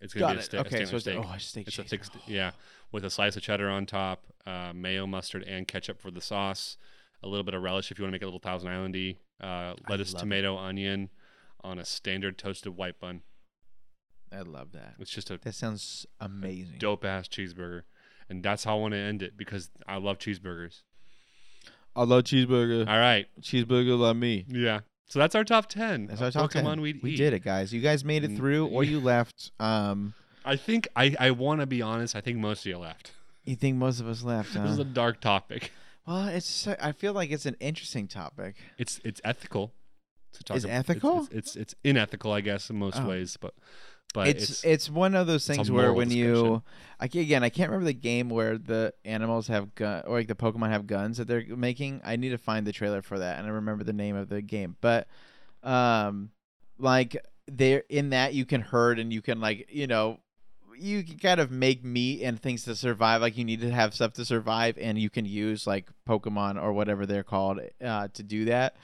Speaker 1: It's gonna
Speaker 2: got
Speaker 1: be
Speaker 2: it.
Speaker 1: a, steak.
Speaker 2: okay
Speaker 1: a Stantler
Speaker 2: so it's
Speaker 1: steak.
Speaker 2: oh a steak
Speaker 1: It's a
Speaker 2: cheeseburger.
Speaker 1: thick, st- yeah, with a slice of cheddar on top, uh, mayo, mustard, and ketchup for the sauce. A little bit of relish if you want to make it a little Thousand Islandy. Uh, lettuce,
Speaker 2: love it.
Speaker 1: tomato, onion, on a standard toasted white bun.
Speaker 2: i love that
Speaker 1: It's just a
Speaker 2: that sounds amazing
Speaker 1: dope ass cheeseburger, and that's how I want to end it because I love cheeseburgers.
Speaker 2: i love cheeseburger
Speaker 1: All right,
Speaker 2: cheeseburger love me
Speaker 1: yeah. So that's our top ten.
Speaker 2: that's
Speaker 1: of
Speaker 2: our top
Speaker 1: Pokemon
Speaker 2: 10
Speaker 1: We'd
Speaker 2: we
Speaker 1: eat.
Speaker 2: did it guys you guys made
Speaker 1: Mm,
Speaker 2: it through or you left um
Speaker 1: I think I I want to be honest. I think most of you left. <laughs>
Speaker 2: you think most of us left
Speaker 1: This is
Speaker 2: huh?
Speaker 1: a dark topic.
Speaker 2: well it's so, i feel like it's an interesting topic
Speaker 1: It's it's ethical. To talk
Speaker 2: Is
Speaker 1: ab- it's-
Speaker 2: ethical?
Speaker 1: It's, it's it's unethical, I guess, in most
Speaker 2: Oh.
Speaker 1: ways. But but
Speaker 2: it's, it's one of those
Speaker 1: a
Speaker 2: things where
Speaker 1: moral
Speaker 2: when
Speaker 1: discussion.
Speaker 2: you I, ca- again I can't remember the game where the animals have gun or like the Pokemon have guns that they're making. I need to find the trailer for that and I remember the name of the game, but um like there in that you can herd and you can like you know you can kind of make meat and things to survive like you need to have stuff to survive and you can use like pokemon or whatever they're called uh, to do that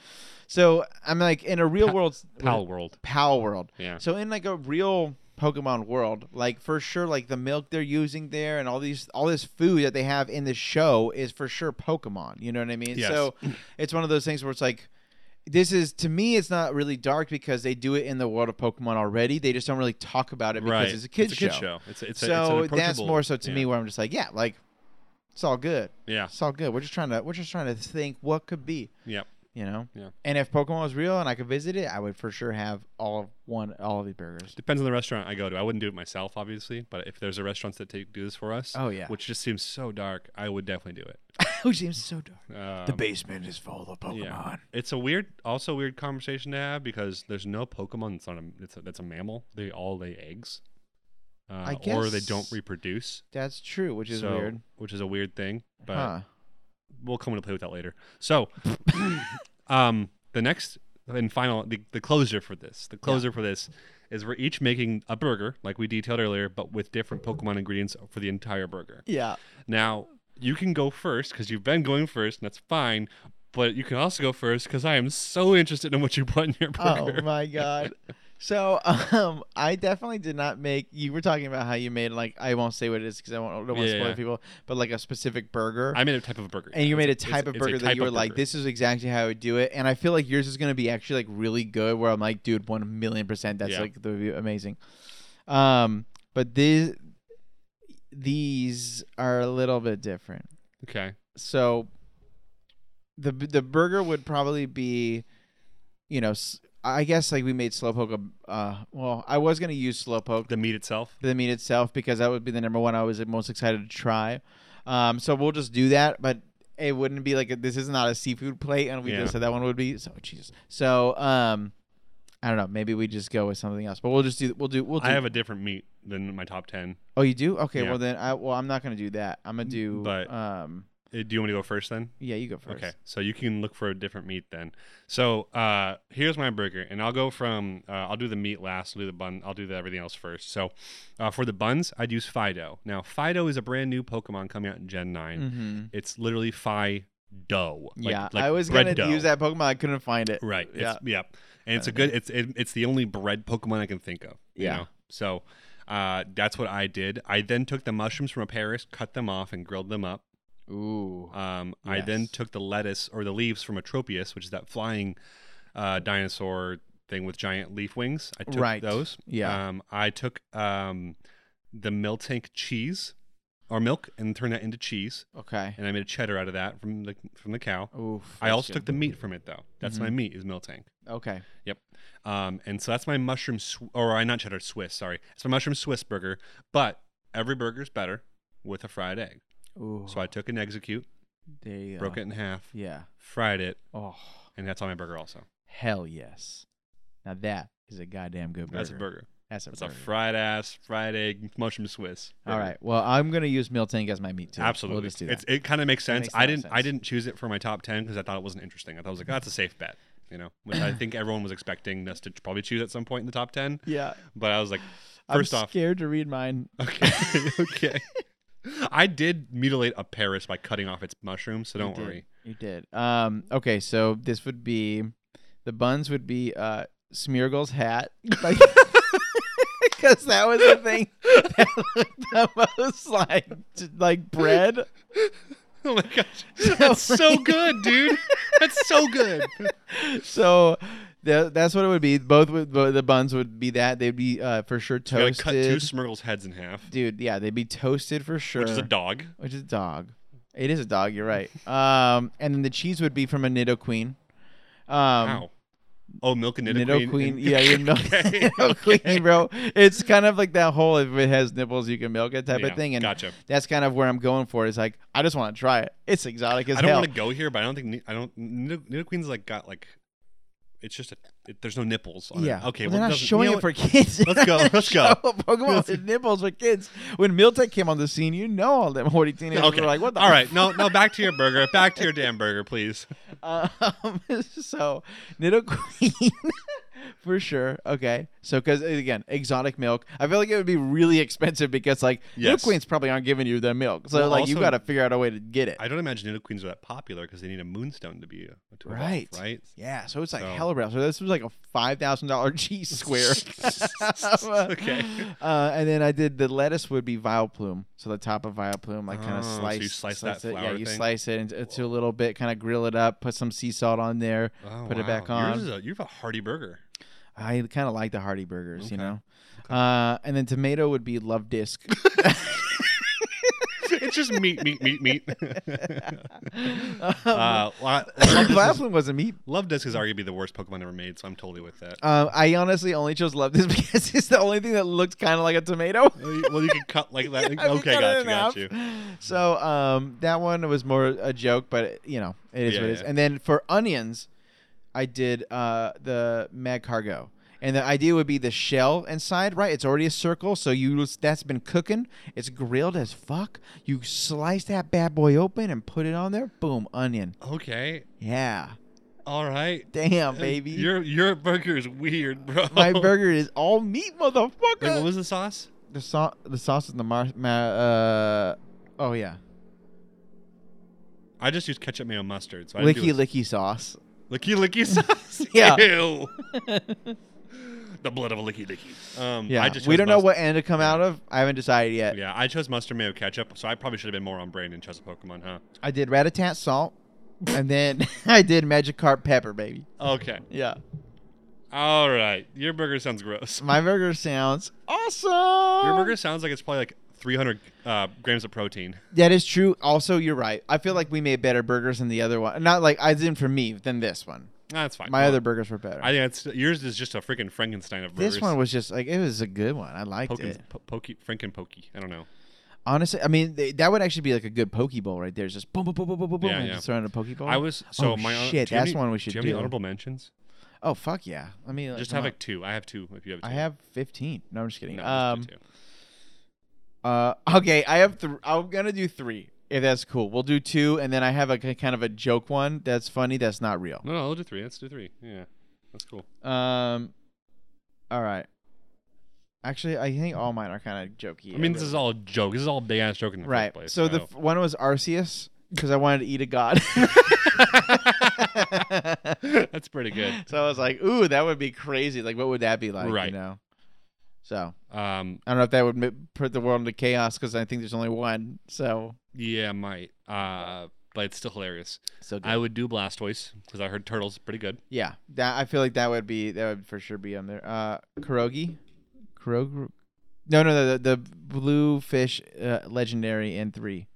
Speaker 2: so i'm like in a real
Speaker 1: Pa-
Speaker 2: world
Speaker 1: Pal World.
Speaker 2: pal world
Speaker 1: Yeah.
Speaker 2: so in like a real Pokemon world, like for sure, like the milk they're using there and all these all this food that they have in the show is for sure Pokemon. You know what I mean?
Speaker 1: Yes.
Speaker 2: So <clears throat> it's one of those things where it's like this is to me it's not really dark because they do it in the world of Pokemon already. They just don't really talk about it because
Speaker 1: right.
Speaker 2: it's a kids,
Speaker 1: kid's show. It's a, it's a, it's an
Speaker 2: so that's
Speaker 1: approachable-
Speaker 2: more so to
Speaker 1: yeah.
Speaker 2: me where I'm just like, yeah, like it's all good.
Speaker 1: Yeah.
Speaker 2: It's all good. We're just trying to we're just trying to think what could be.
Speaker 1: Yeah.
Speaker 2: You know?
Speaker 1: Yeah.
Speaker 2: And if Pokemon was real and I could visit it, I would for sure have all of one all of the burgers.
Speaker 1: Depends on the restaurant I go to. I wouldn't do it myself, obviously, but if there's a restaurant that take, do this for us,
Speaker 2: Oh yeah,
Speaker 1: which just seems so dark, I would definitely do it.
Speaker 2: <laughs> which seems so dark.
Speaker 1: Um,
Speaker 2: basement is full of Pokemon.
Speaker 1: yeah. It's a weird, also weird conversation to have because there's no Pokemon that's not a it's a, that's a mammal. They all lay eggs, uh,
Speaker 2: I
Speaker 1: or they
Speaker 2: guess-
Speaker 1: don't reproduce,
Speaker 2: That's true, which is
Speaker 1: so-
Speaker 2: weird.
Speaker 1: which is a weird thing. But
Speaker 2: huh?
Speaker 1: we'll come into play with that later.
Speaker 2: <laughs>
Speaker 1: So, um, the next and final, the, the closure for this, the closer for this is we're each making a burger, like we detailed earlier, but with different Pokemon ingredients for the entire burger. <laughs>
Speaker 2: Yeah.
Speaker 1: Now, you can go first because you've been going first, and that's fine. <laughs> But you can also go first because I am so interested in what you put in your
Speaker 2: Oh
Speaker 1: burger.
Speaker 2: my god. So um, I definitely did not make. You were talking about how you made like I won't say what it is because I won't, don't want to
Speaker 1: Yeah,
Speaker 2: spoil it
Speaker 1: yeah.
Speaker 2: for people, but like a specific burger.
Speaker 1: I made a type of a burger.
Speaker 2: and you
Speaker 1: It's-
Speaker 2: made a
Speaker 1: it's-
Speaker 2: type of
Speaker 1: it's a
Speaker 2: burger that
Speaker 1: type
Speaker 2: you were
Speaker 1: of
Speaker 2: like,
Speaker 1: burger.
Speaker 2: this is exactly how I would do it. And I feel like yours is gonna be actually like really good. Where I'm like, dude, one million percent, that's
Speaker 1: Yeah.
Speaker 2: like the review, amazing. Um, but these these are a little bit different.
Speaker 1: Okay.
Speaker 2: So the the burger would probably be, you know, s- I guess like we made slowpoke. A, uh, well, I was gonna use slowpoke
Speaker 1: The meat itself.
Speaker 2: the meat itself because that would be the number one I was the most excited to try. Um, so we'll just do that, but it wouldn't be like a, this is not a seafood plate, and we
Speaker 1: Yeah.
Speaker 2: just said that one would be so Jesus. So um, I don't know. Maybe we just go with something else, but we'll just do we'll do we'll do.
Speaker 1: I have a different meat than my top ten.
Speaker 2: oh, you do? Okay,
Speaker 1: Yeah. Mm,
Speaker 2: well then I well I'm not gonna do that. I'm gonna do
Speaker 1: But-
Speaker 2: um
Speaker 1: Uh, Do you want me to go first then?
Speaker 2: yeah you go first.
Speaker 1: Okay, so you can look for a different meat then. So uh, here's my burger, and I'll go from uh, I'll do the meat last, I'll do the bun, I'll do the everything else first. So uh, for the buns, I'd use Fido. Now Fido is a brand new Pokemon coming out in Gen 9
Speaker 2: Mm-hmm.
Speaker 1: It's literally Fi dough. like-
Speaker 2: yeah,
Speaker 1: like
Speaker 2: I was
Speaker 1: bread
Speaker 2: gonna
Speaker 1: dough.
Speaker 2: use that Pokemon. I couldn't find it.
Speaker 1: Right.
Speaker 2: Yeah. Uh,
Speaker 1: It's, yeah. And it's a good. It's it, it's the only bread Pokemon I can think of. you
Speaker 2: Yeah.
Speaker 1: know? So uh, that's what I did. I then took the mushrooms from a Paris, cut them off, and grilled them up.
Speaker 2: Ooh.
Speaker 1: Um, I then
Speaker 2: Yes.
Speaker 1: took the lettuce or the leaves from Atropius, which is that flying uh, dinosaur thing with giant leaf wings. I took
Speaker 2: Right.
Speaker 1: those.
Speaker 2: Yeah.
Speaker 1: Um, I took um, the milk tank cheese or milk and turned that into cheese,
Speaker 2: Okay.
Speaker 1: and I made a cheddar out of that from the from the cow.
Speaker 2: Oof.
Speaker 1: I
Speaker 2: that's
Speaker 1: also
Speaker 2: good. Mm-hmm.
Speaker 1: took the meat from it though. That's my meat is milk tank.
Speaker 2: Okay.
Speaker 1: Yep. Um, and so that's my mushroom, sw- or I not cheddar Swiss. Sorry, it's my mushroom Swiss burger. But every burger's better with a fried egg.
Speaker 2: Ooh.
Speaker 1: So I took an execute,
Speaker 2: there you
Speaker 1: broke
Speaker 2: go.
Speaker 1: it in half,
Speaker 2: Yeah.
Speaker 1: fried it,
Speaker 2: Oh.
Speaker 1: and that's on my burger also.
Speaker 2: Hell yes. Now that is a goddamn good burger.
Speaker 1: That's a burger.
Speaker 2: That's a
Speaker 1: That's
Speaker 2: burger.
Speaker 1: a fried ass, fried egg, mushroom Swiss.
Speaker 2: All
Speaker 1: burger.
Speaker 2: right. Well, I'm gonna use meal tank as my meat too.
Speaker 1: Absolutely,
Speaker 2: We'll just do that.
Speaker 1: It's, it kind of makes sense.
Speaker 2: makes a lot
Speaker 1: I
Speaker 2: of
Speaker 1: didn't. I
Speaker 2: sense.
Speaker 1: didn't choose it for my top ten because I thought it wasn't interesting. I thought I was like, oh, that's a safe bet, you know. Which I think everyone was expecting us to probably choose at some point in the top ten. <laughs>
Speaker 2: yeah.
Speaker 1: But I was like, first
Speaker 2: <laughs> I'm
Speaker 1: off, <laughs>
Speaker 2: scared to read mine.
Speaker 1: Okay. okay. I did mutilate a Paris by cutting off its mushrooms, so don't
Speaker 2: you
Speaker 1: worry. <laughs>
Speaker 2: Did. You did. Um. Okay. So this would be, the buns would be uh Smeargle's hat. <laughs> Like, Because that was the thing that looked the most like like bread.
Speaker 1: Oh my
Speaker 2: <laughs>
Speaker 1: gosh. <laughs> That's so good, dude. That's so good.
Speaker 2: So tha- that's what it would be. Both would, bo- the buns would be that. They'd be uh, for sure
Speaker 1: You gotta cut two
Speaker 2: toasted.
Speaker 1: Smurgles' heads in half,
Speaker 2: Dude, yeah, they'd be toasted for sure.
Speaker 1: which is a dog.
Speaker 2: Which is a dog. It is a dog. You're right. Um, and then the cheese would be from a Nido Queen. Um,
Speaker 1: Wow. Oh, milk and
Speaker 2: Nido,
Speaker 1: Nidoqueen.
Speaker 2: Queen.
Speaker 1: and- <laughs>
Speaker 2: Yeah, you know <laughs>
Speaker 1: Okay,
Speaker 2: Nido
Speaker 1: okay.
Speaker 2: Queen, bro. It's kind of like that whole if it has nipples, you can milk it type
Speaker 1: Yeah,
Speaker 2: of thing. And
Speaker 1: gotcha.
Speaker 2: that's kind of where I'm going for. Is like I just want to try it. It's exotic as
Speaker 1: I don't
Speaker 2: hell.
Speaker 1: want to go here, but I don't think Ni- I don't. Nido, Nidoqueen's like got like, it's just a, it, there's no nipples on
Speaker 2: Yeah.
Speaker 1: it. Okay, well,
Speaker 2: Well, they're
Speaker 1: it
Speaker 2: not
Speaker 1: doesn't- you
Speaker 2: showing
Speaker 1: know
Speaker 2: it
Speaker 1: what?
Speaker 2: for kids. They're
Speaker 1: Let's go,
Speaker 2: not
Speaker 1: let's go.
Speaker 2: showing Pokemon with nipples
Speaker 1: <laughs>
Speaker 2: for kids. When Miltech came on the scene, you know all them horny teenagers
Speaker 1: Okay.
Speaker 2: were like, "What the?"
Speaker 1: All right, no, no, back to your burger. Back to your damn burger, please.
Speaker 2: Um, <laughs> so Nidoqueen <laughs> for sure. Okay. So because again, exotic milk. I feel like it would be really expensive because like
Speaker 1: Yes.
Speaker 2: Nidoqueens probably aren't giving you their milk. So
Speaker 1: Well,
Speaker 2: like you
Speaker 1: also-
Speaker 2: got to figure out a way to get it.
Speaker 1: I don't imagine Nidoqueens are that popular because they need a moonstone to be a, to evolve,
Speaker 2: Right.
Speaker 1: right?
Speaker 2: yeah. So it's like
Speaker 1: So-
Speaker 2: hella real. So this was like a five thousand dollar <laughs> cheese square.
Speaker 1: <laughs> okay.
Speaker 2: <laughs> Uh, and then I did the lettuce would be vile plume, so the top of vile plume, like kind
Speaker 1: Oh,
Speaker 2: of
Speaker 1: so
Speaker 2: slice,
Speaker 1: you slice that
Speaker 2: it. Yeah,
Speaker 1: flower
Speaker 2: you
Speaker 1: thing?
Speaker 2: slice it into, into a little bit, kind of grill it up, put some sea salt on there,
Speaker 1: Oh,
Speaker 2: put it
Speaker 1: wow.
Speaker 2: back
Speaker 1: Yours
Speaker 2: on.
Speaker 1: is a, you have a hearty burger. <laughs>
Speaker 2: I kind of like the hearty burgers, you
Speaker 1: Okay.
Speaker 2: know. Uh, and then tomato would be love
Speaker 1: <laughs>
Speaker 2: disc.
Speaker 1: it's just meat, meat, meat,
Speaker 2: <laughs>
Speaker 1: meat.
Speaker 2: um,
Speaker 1: uh, well, I-
Speaker 2: vile
Speaker 1: love, disc is,
Speaker 2: plume wasn't meat.
Speaker 1: love disc is arguably the worst Pokemon ever made, so I'm totally with
Speaker 2: <laughs>
Speaker 1: that.
Speaker 2: Um, I honestly only chose love disc <laughs> because it's the only thing that looked kind of like a tomato.
Speaker 1: Uh, you- well, you can cut like
Speaker 2: <laughs>
Speaker 1: that.
Speaker 2: Yeah, we
Speaker 1: okay,
Speaker 2: cut
Speaker 1: got
Speaker 2: it
Speaker 1: you,
Speaker 2: in
Speaker 1: got
Speaker 2: half.
Speaker 1: you.
Speaker 2: So um, that one was more a joke, but you know it is
Speaker 1: Yeah,
Speaker 2: what it is.
Speaker 1: yeah.
Speaker 2: And then for onions, I did uh, the mag cargo, and the idea would be the shell inside, right? It's already a circle, so you that's been cooking. It's grilled as fuck. You slice that bad boy open and put it on there. Boom, onion.
Speaker 1: Okay,
Speaker 2: Yeah,
Speaker 1: all right.
Speaker 2: damn
Speaker 1: Uh,
Speaker 2: baby.
Speaker 1: your your burger is weird, bro. <laughs>
Speaker 2: My burger is all meat, motherfucker.
Speaker 1: Wait, what was the sauce?
Speaker 2: the sauce, the sauce is the mar- ma- uh, oh yeah,
Speaker 1: I just used ketchup, mayo, mustard. So I didn't do
Speaker 2: <laughs> licky licky sauce. <laughs>
Speaker 1: a- licky licky sauce.
Speaker 2: Yeah.
Speaker 1: Ew. the blood of a licky licky. Um,
Speaker 2: Yeah,
Speaker 1: I just
Speaker 2: we
Speaker 1: chose
Speaker 2: don't know
Speaker 1: must-
Speaker 2: what end to come out of. I haven't decided yet.
Speaker 1: Yeah, I chose mustard mayo ketchup, so I probably should have been more on brand and chose a Pokemon, huh?
Speaker 2: I did Ratatat salt, and then <laughs> I did Magikarp pepper, baby.
Speaker 1: Okay,
Speaker 2: Yeah,
Speaker 1: all right. Your burger sounds gross.
Speaker 2: my burger sounds awesome.
Speaker 1: Your burger sounds like it's probably like 300 uh, grams of protein.
Speaker 2: That is true. Also, you're right. I feel like we made better burgers than the other one. Not like I didn't for me than this one.
Speaker 1: That's fine.
Speaker 2: My
Speaker 1: Well,
Speaker 2: other burgers were better.
Speaker 1: I think that's yours is just a freaking Frankenstein of burgers.
Speaker 2: this one was just like it was a good one. I liked
Speaker 1: Pokin,
Speaker 2: it.
Speaker 1: po- pokey, Franken pokey. I don't know.
Speaker 2: Honestly, I mean they, that would actually be like a good poke bowl right there. It's just boom, boom, boom, boom, boom, boom, boom,
Speaker 1: Yeah,
Speaker 2: and
Speaker 1: yeah.
Speaker 2: just throwing a poke bowl.
Speaker 1: I was so
Speaker 2: oh,
Speaker 1: my hon-
Speaker 2: shit.
Speaker 1: do you have
Speaker 2: That's
Speaker 1: any-
Speaker 2: one we should
Speaker 1: do. You have
Speaker 2: do.
Speaker 1: any honorable mentions?
Speaker 2: oh fuck yeah! Let me like,
Speaker 1: Just
Speaker 2: come
Speaker 1: have
Speaker 2: up.
Speaker 1: like two. I have two. If you have, two.
Speaker 2: I have fifteen. No, I'm just kidding.
Speaker 1: No,
Speaker 2: um,
Speaker 1: just do two.
Speaker 2: Uh, <laughs> okay, I have three. I'm gonna do three. If that's cool, we'll do two, and then I have a k- kind of a joke one that's funny, that's not real.
Speaker 1: No, no, I'll do three. Let's do three. Yeah, that's cool.
Speaker 2: Um, all right. Actually, I think all mine are kind of jokey.
Speaker 1: I mean, this is all a joke. This is all big ass joke in the first
Speaker 2: right.
Speaker 1: place.
Speaker 2: so the f- one was Arceus because I wanted to eat a god.
Speaker 1: <laughs>
Speaker 2: <laughs>
Speaker 1: that's pretty good.
Speaker 2: so I was like, "Ooh, that would be crazy! Like, what would that be like?"
Speaker 1: Right.
Speaker 2: You know. So
Speaker 1: Um,
Speaker 2: I don't know if that would m- put the world into chaos because I think there's only one. So
Speaker 1: yeah, might. Uh, but it's still hilarious.
Speaker 2: so good.
Speaker 1: I would do Blastoise because I heard Turtles pretty good.
Speaker 2: Yeah, that I feel like that would be that would for sure be on there. Uh, Kurogi, Kurog, no, no, the the blue fish, uh, legendary in three.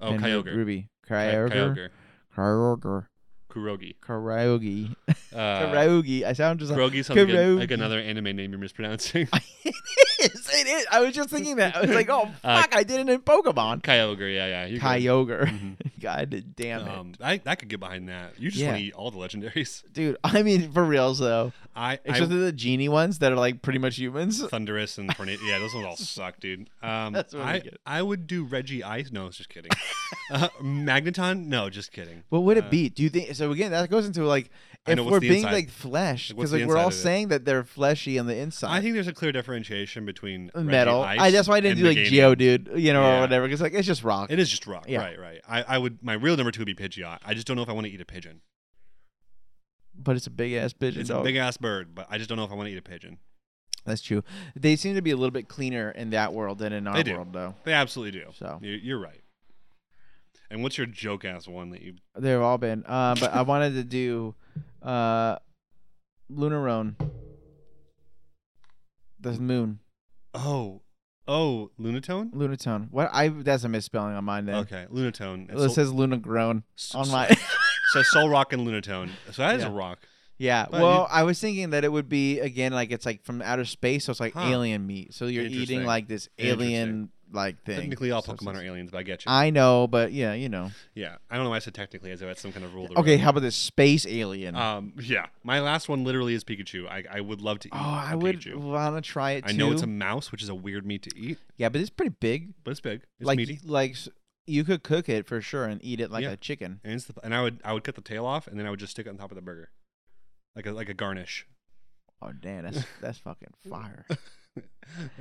Speaker 1: Oh,
Speaker 2: and
Speaker 1: Kyogre.
Speaker 2: Ruby,
Speaker 1: Ky-
Speaker 2: Kyogre, Kyogre,
Speaker 1: Kurogi.
Speaker 2: Kurogi,
Speaker 1: Uh,
Speaker 2: Kurogi. I sound just like <laughs>
Speaker 1: Kurogi sounds like, a-
Speaker 2: Kurogi.
Speaker 1: like another anime name you're mispronouncing. <laughs>
Speaker 2: it is. It is. I was just thinking that. I was like, oh
Speaker 1: <laughs> Uh,
Speaker 2: fuck, I did it in Pokemon.
Speaker 1: Kyogre. Yeah, yeah. you're good.
Speaker 2: Kyogre. <laughs>
Speaker 1: Mhm.
Speaker 2: God damn it,
Speaker 1: Um, I, I could get behind that. You just
Speaker 2: Yeah.
Speaker 1: want to eat all the legendaries. <laughs>
Speaker 2: dude. I mean, for reals though,
Speaker 1: I, I
Speaker 2: except for the genie ones that are like pretty much humans.
Speaker 1: <laughs> Thunderous and Tornado. yeah, those ones all suck, dude. Um,
Speaker 2: That's what we
Speaker 1: I,
Speaker 2: get.
Speaker 1: I would do Reggie Ice. No, it's just
Speaker 2: <laughs>
Speaker 1: kidding. uh, Magneton? No, just kidding.
Speaker 2: What would
Speaker 1: Uh,
Speaker 2: it be? Do you think so? Again, that goes into like
Speaker 1: I
Speaker 2: if
Speaker 1: know, what's
Speaker 2: we're
Speaker 1: the
Speaker 2: being
Speaker 1: inside?
Speaker 2: like flesh,
Speaker 1: Like, what's
Speaker 2: because
Speaker 1: the
Speaker 2: like we're
Speaker 1: inside
Speaker 2: all
Speaker 1: of it?
Speaker 2: saying that they're fleshy on the inside.
Speaker 1: I think there's a clear differentiation between Reggie
Speaker 2: metal.
Speaker 1: Ice
Speaker 2: I, that's why I didn't
Speaker 1: and
Speaker 2: do like
Speaker 1: Meganium.
Speaker 2: Geo, dude. You know, or
Speaker 1: Yeah.
Speaker 2: whatever. Because like it's just rock.
Speaker 1: It is just rock.
Speaker 2: Yeah.
Speaker 1: Right, right. I, I would. My real number two would be Pidgeot. I just don't know if I want to eat a pigeon.
Speaker 2: but it's a big ass pigeon.
Speaker 1: It's a
Speaker 2: dog.
Speaker 1: big ass bird, but I just don't know if I want to eat a pigeon.
Speaker 2: that's true. They seem to be a little bit cleaner in that world than in our
Speaker 1: do. Oh,
Speaker 2: world, though.
Speaker 1: They absolutely do.
Speaker 2: So.
Speaker 1: You, you're right. And what's your joke ass one that you?
Speaker 2: They've all been. Uh, but I wanted to do uh, Lunarone, the moon,
Speaker 1: Oh, oh, Lunatone.
Speaker 2: Lunatone. What I that's a misspelling on mine. Then
Speaker 1: Okay, Lunatone.
Speaker 2: it says Lunagrone
Speaker 1: so,
Speaker 2: on
Speaker 1: so- <laughs>
Speaker 2: my. <laughs>
Speaker 1: so Soul Rock and Lunatone. So that is
Speaker 2: Yeah.
Speaker 1: a rock.
Speaker 2: Yeah.
Speaker 1: But
Speaker 2: well, I was thinking that it would be again like it's like from outer space, so it's like
Speaker 1: Huh.
Speaker 2: alien meat. So you're eating
Speaker 1: Interesting.
Speaker 2: like this alien like thing.
Speaker 1: Technically, all Pokemon
Speaker 2: substance.
Speaker 1: are aliens, but I get you.
Speaker 2: I know, but yeah, you know.
Speaker 1: yeah, I don't know why I said technically, as if that's some kind of rule. of the
Speaker 2: Okay,
Speaker 1: road.
Speaker 2: how about this space alien?
Speaker 1: Um, yeah, my last one literally is Pikachu. I, I would love to eat.
Speaker 2: oh, I
Speaker 1: a
Speaker 2: would
Speaker 1: Pikachu.
Speaker 2: want to try it too.
Speaker 1: I know it's a mouse, which is a weird meat to eat,
Speaker 2: yeah, but it's pretty big.
Speaker 1: but it's big. It's
Speaker 2: like
Speaker 1: meaty.
Speaker 2: like s- you could cook it for sure and eat it like
Speaker 1: Yeah.
Speaker 2: a chicken.
Speaker 1: And, it's the, and I would I would cut the tail off, and then I would just stick it on top of the burger, like a like a
Speaker 2: <laughs>
Speaker 1: garnish.
Speaker 2: Oh
Speaker 1: <laughs>
Speaker 2: damn, that's that's fucking fire.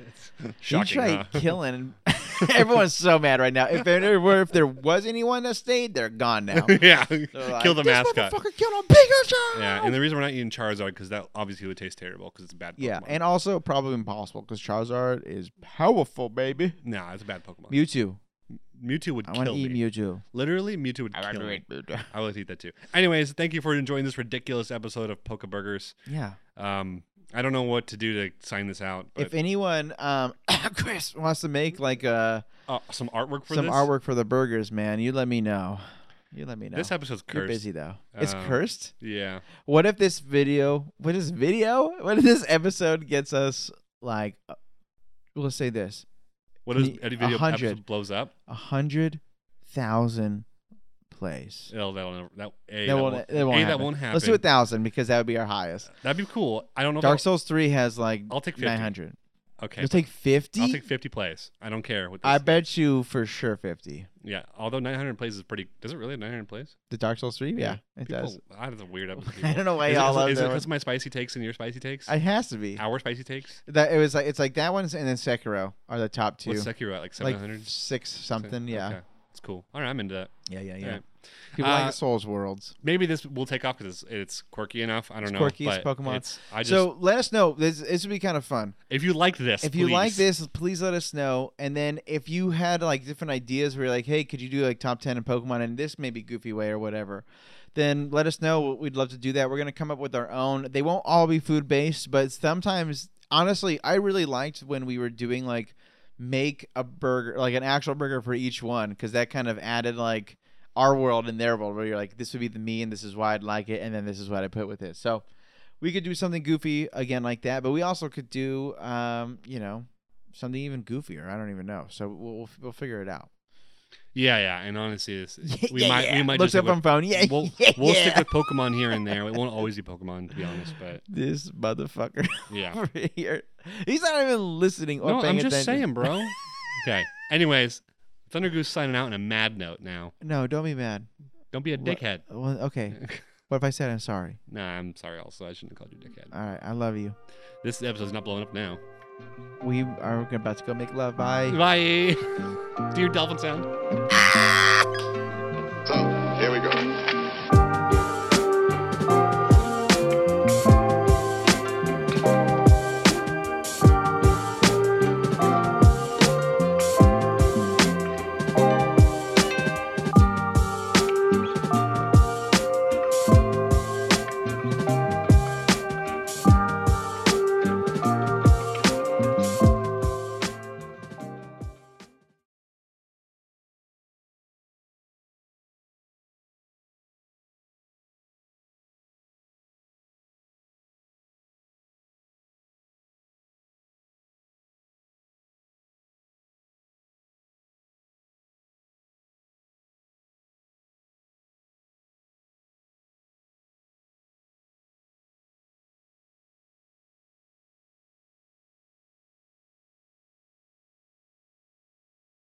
Speaker 1: It's
Speaker 2: you
Speaker 1: Shocking,
Speaker 2: try
Speaker 1: huh? <laughs>
Speaker 2: killing. <laughs> Everyone's so mad right now. If there were, if there was anyone that stayed, they're gone now.
Speaker 1: yeah,
Speaker 2: They're like,
Speaker 1: kill the
Speaker 2: "This
Speaker 1: mascot.
Speaker 2: motherfucker killed a Pikachu.
Speaker 1: Yeah, and the reason we're not eating Charizard because that obviously would taste terrible because it's a bad. Pokemon.
Speaker 2: Yeah, and also probably impossible because Charizard is powerful, baby.
Speaker 1: nah, it's a bad Pokemon.
Speaker 2: Mewtwo.
Speaker 1: Mewtwo would
Speaker 2: I want
Speaker 1: kill
Speaker 2: to
Speaker 1: me.
Speaker 2: eat Mewtwo.
Speaker 1: Literally, Mewtwo would kill me.
Speaker 2: Mewtwo.
Speaker 1: I would eat that too. Anyways, thank you for enjoying this ridiculous episode of Poke Burgers. <laughs>
Speaker 2: Yeah.
Speaker 1: Um, I don't know what to do to sign this out, but
Speaker 2: if anyone, um, <coughs> Chris wants to make like uh,
Speaker 1: uh, some artwork for
Speaker 2: some
Speaker 1: this.
Speaker 2: artwork for the burgers, man, you let me know. You let me know.
Speaker 1: This episode's
Speaker 2: You're
Speaker 1: cursed.
Speaker 2: busy though. it's
Speaker 1: Um,
Speaker 2: cursed.
Speaker 1: Yeah,
Speaker 2: What if this video? What is video? What if this episode gets us like? Uh, let's say this:
Speaker 1: what is
Speaker 2: Ye-
Speaker 1: any
Speaker 2: a
Speaker 1: video
Speaker 2: hundred.
Speaker 1: episode blows up?
Speaker 2: a hundred thousand plays.
Speaker 1: It'll, Oh, that'll never, that a,
Speaker 2: that,
Speaker 1: that
Speaker 2: won't, that won't
Speaker 1: a,
Speaker 2: happen.
Speaker 1: that won't happen.
Speaker 2: Let's do a thousand because that would be our highest.
Speaker 1: That'd be cool. I don't know. if
Speaker 2: Dark Souls three has like
Speaker 1: I'll take 50.
Speaker 2: nine hundred.
Speaker 1: I'll, okay,
Speaker 2: You'll take fifty.
Speaker 1: I'll take fifty plays. I don't care what this.
Speaker 2: I bet you for sure fifty.
Speaker 1: yeah, although nine hundred plays is pretty. Does it really have nine hundred plays?
Speaker 2: The Dark Souls three, yeah, it
Speaker 1: People,
Speaker 2: <laughs> does.
Speaker 1: I don't know. Weird episode.
Speaker 2: I don't know why
Speaker 1: is
Speaker 2: y'all
Speaker 1: it,
Speaker 2: love
Speaker 1: is it
Speaker 2: that.
Speaker 1: because of
Speaker 2: one.
Speaker 1: my spicy takes and your spicy takes?
Speaker 2: It has to be
Speaker 1: Our spicy takes.
Speaker 2: that. It was like it's like that one's and then Sekiro are the top two,
Speaker 1: What's Sekiro at like
Speaker 2: like
Speaker 1: seven hundred?
Speaker 2: six something. Yeah,
Speaker 1: It's cool. All right, I'm into that.
Speaker 2: Yeah, yeah, yeah.
Speaker 1: All right.
Speaker 2: People
Speaker 1: Uh,
Speaker 2: like Souls Worlds.
Speaker 1: Maybe this will take off because it's, it's quirky enough. I don't know.
Speaker 2: quirky, it's
Speaker 1: but
Speaker 2: Pokemon.
Speaker 1: It's, I just,
Speaker 2: so let us know. This, this would be kind of fun.
Speaker 1: if you like this,
Speaker 2: If you like
Speaker 1: please.
Speaker 2: this, please let us know. And then if you had like different ideas where you're like, hey, could you do like top 10 in Pokemon in this maybe goofy way or whatever, then let us know. We'd love to do that. We're going to come up with our own. They won't all be food based, but sometimes, honestly, I really liked when we were doing like make a burger, like an actual burger for each one, because that kind of added like our world and their world where you're like, this would be the me and this is why I'd like it. And then this is what I put with it. So. We could do something goofy again like that, but we also could do, um, you know, something even goofier. I don't even know. So we'll we'll, we'll figure it out.
Speaker 1: yeah, yeah. And honestly,
Speaker 2: <laughs>
Speaker 1: this, we might we might
Speaker 2: Looks
Speaker 1: just
Speaker 2: up
Speaker 1: do
Speaker 2: on phone. <laughs> Yeah,
Speaker 1: it. we'll
Speaker 2: yeah,
Speaker 1: we'll
Speaker 2: yeah.
Speaker 1: stick with Pokemon here and there. It won't always be Pokemon, to be honest. But <laughs>
Speaker 2: this motherfucker
Speaker 1: yeah,
Speaker 2: over here. He's not even listening or
Speaker 1: no,
Speaker 2: paying
Speaker 1: I'm just
Speaker 2: attention.
Speaker 1: saying,
Speaker 2: <laughs>
Speaker 1: bro. okay. Anyways, Thunder Goose signing out in a mad note now.
Speaker 2: No, don't be mad.
Speaker 1: Don't be a
Speaker 2: Wha-
Speaker 1: dickhead. <laughs>
Speaker 2: Well, okay. What if I said I'm sorry?
Speaker 1: nah, I'm sorry. Also, I shouldn't have called you dickhead.
Speaker 2: All right, I love you.
Speaker 1: This episode's not blowing up now.
Speaker 2: We are about to go make love. Bye.
Speaker 1: Bye. Do your dolphin sound.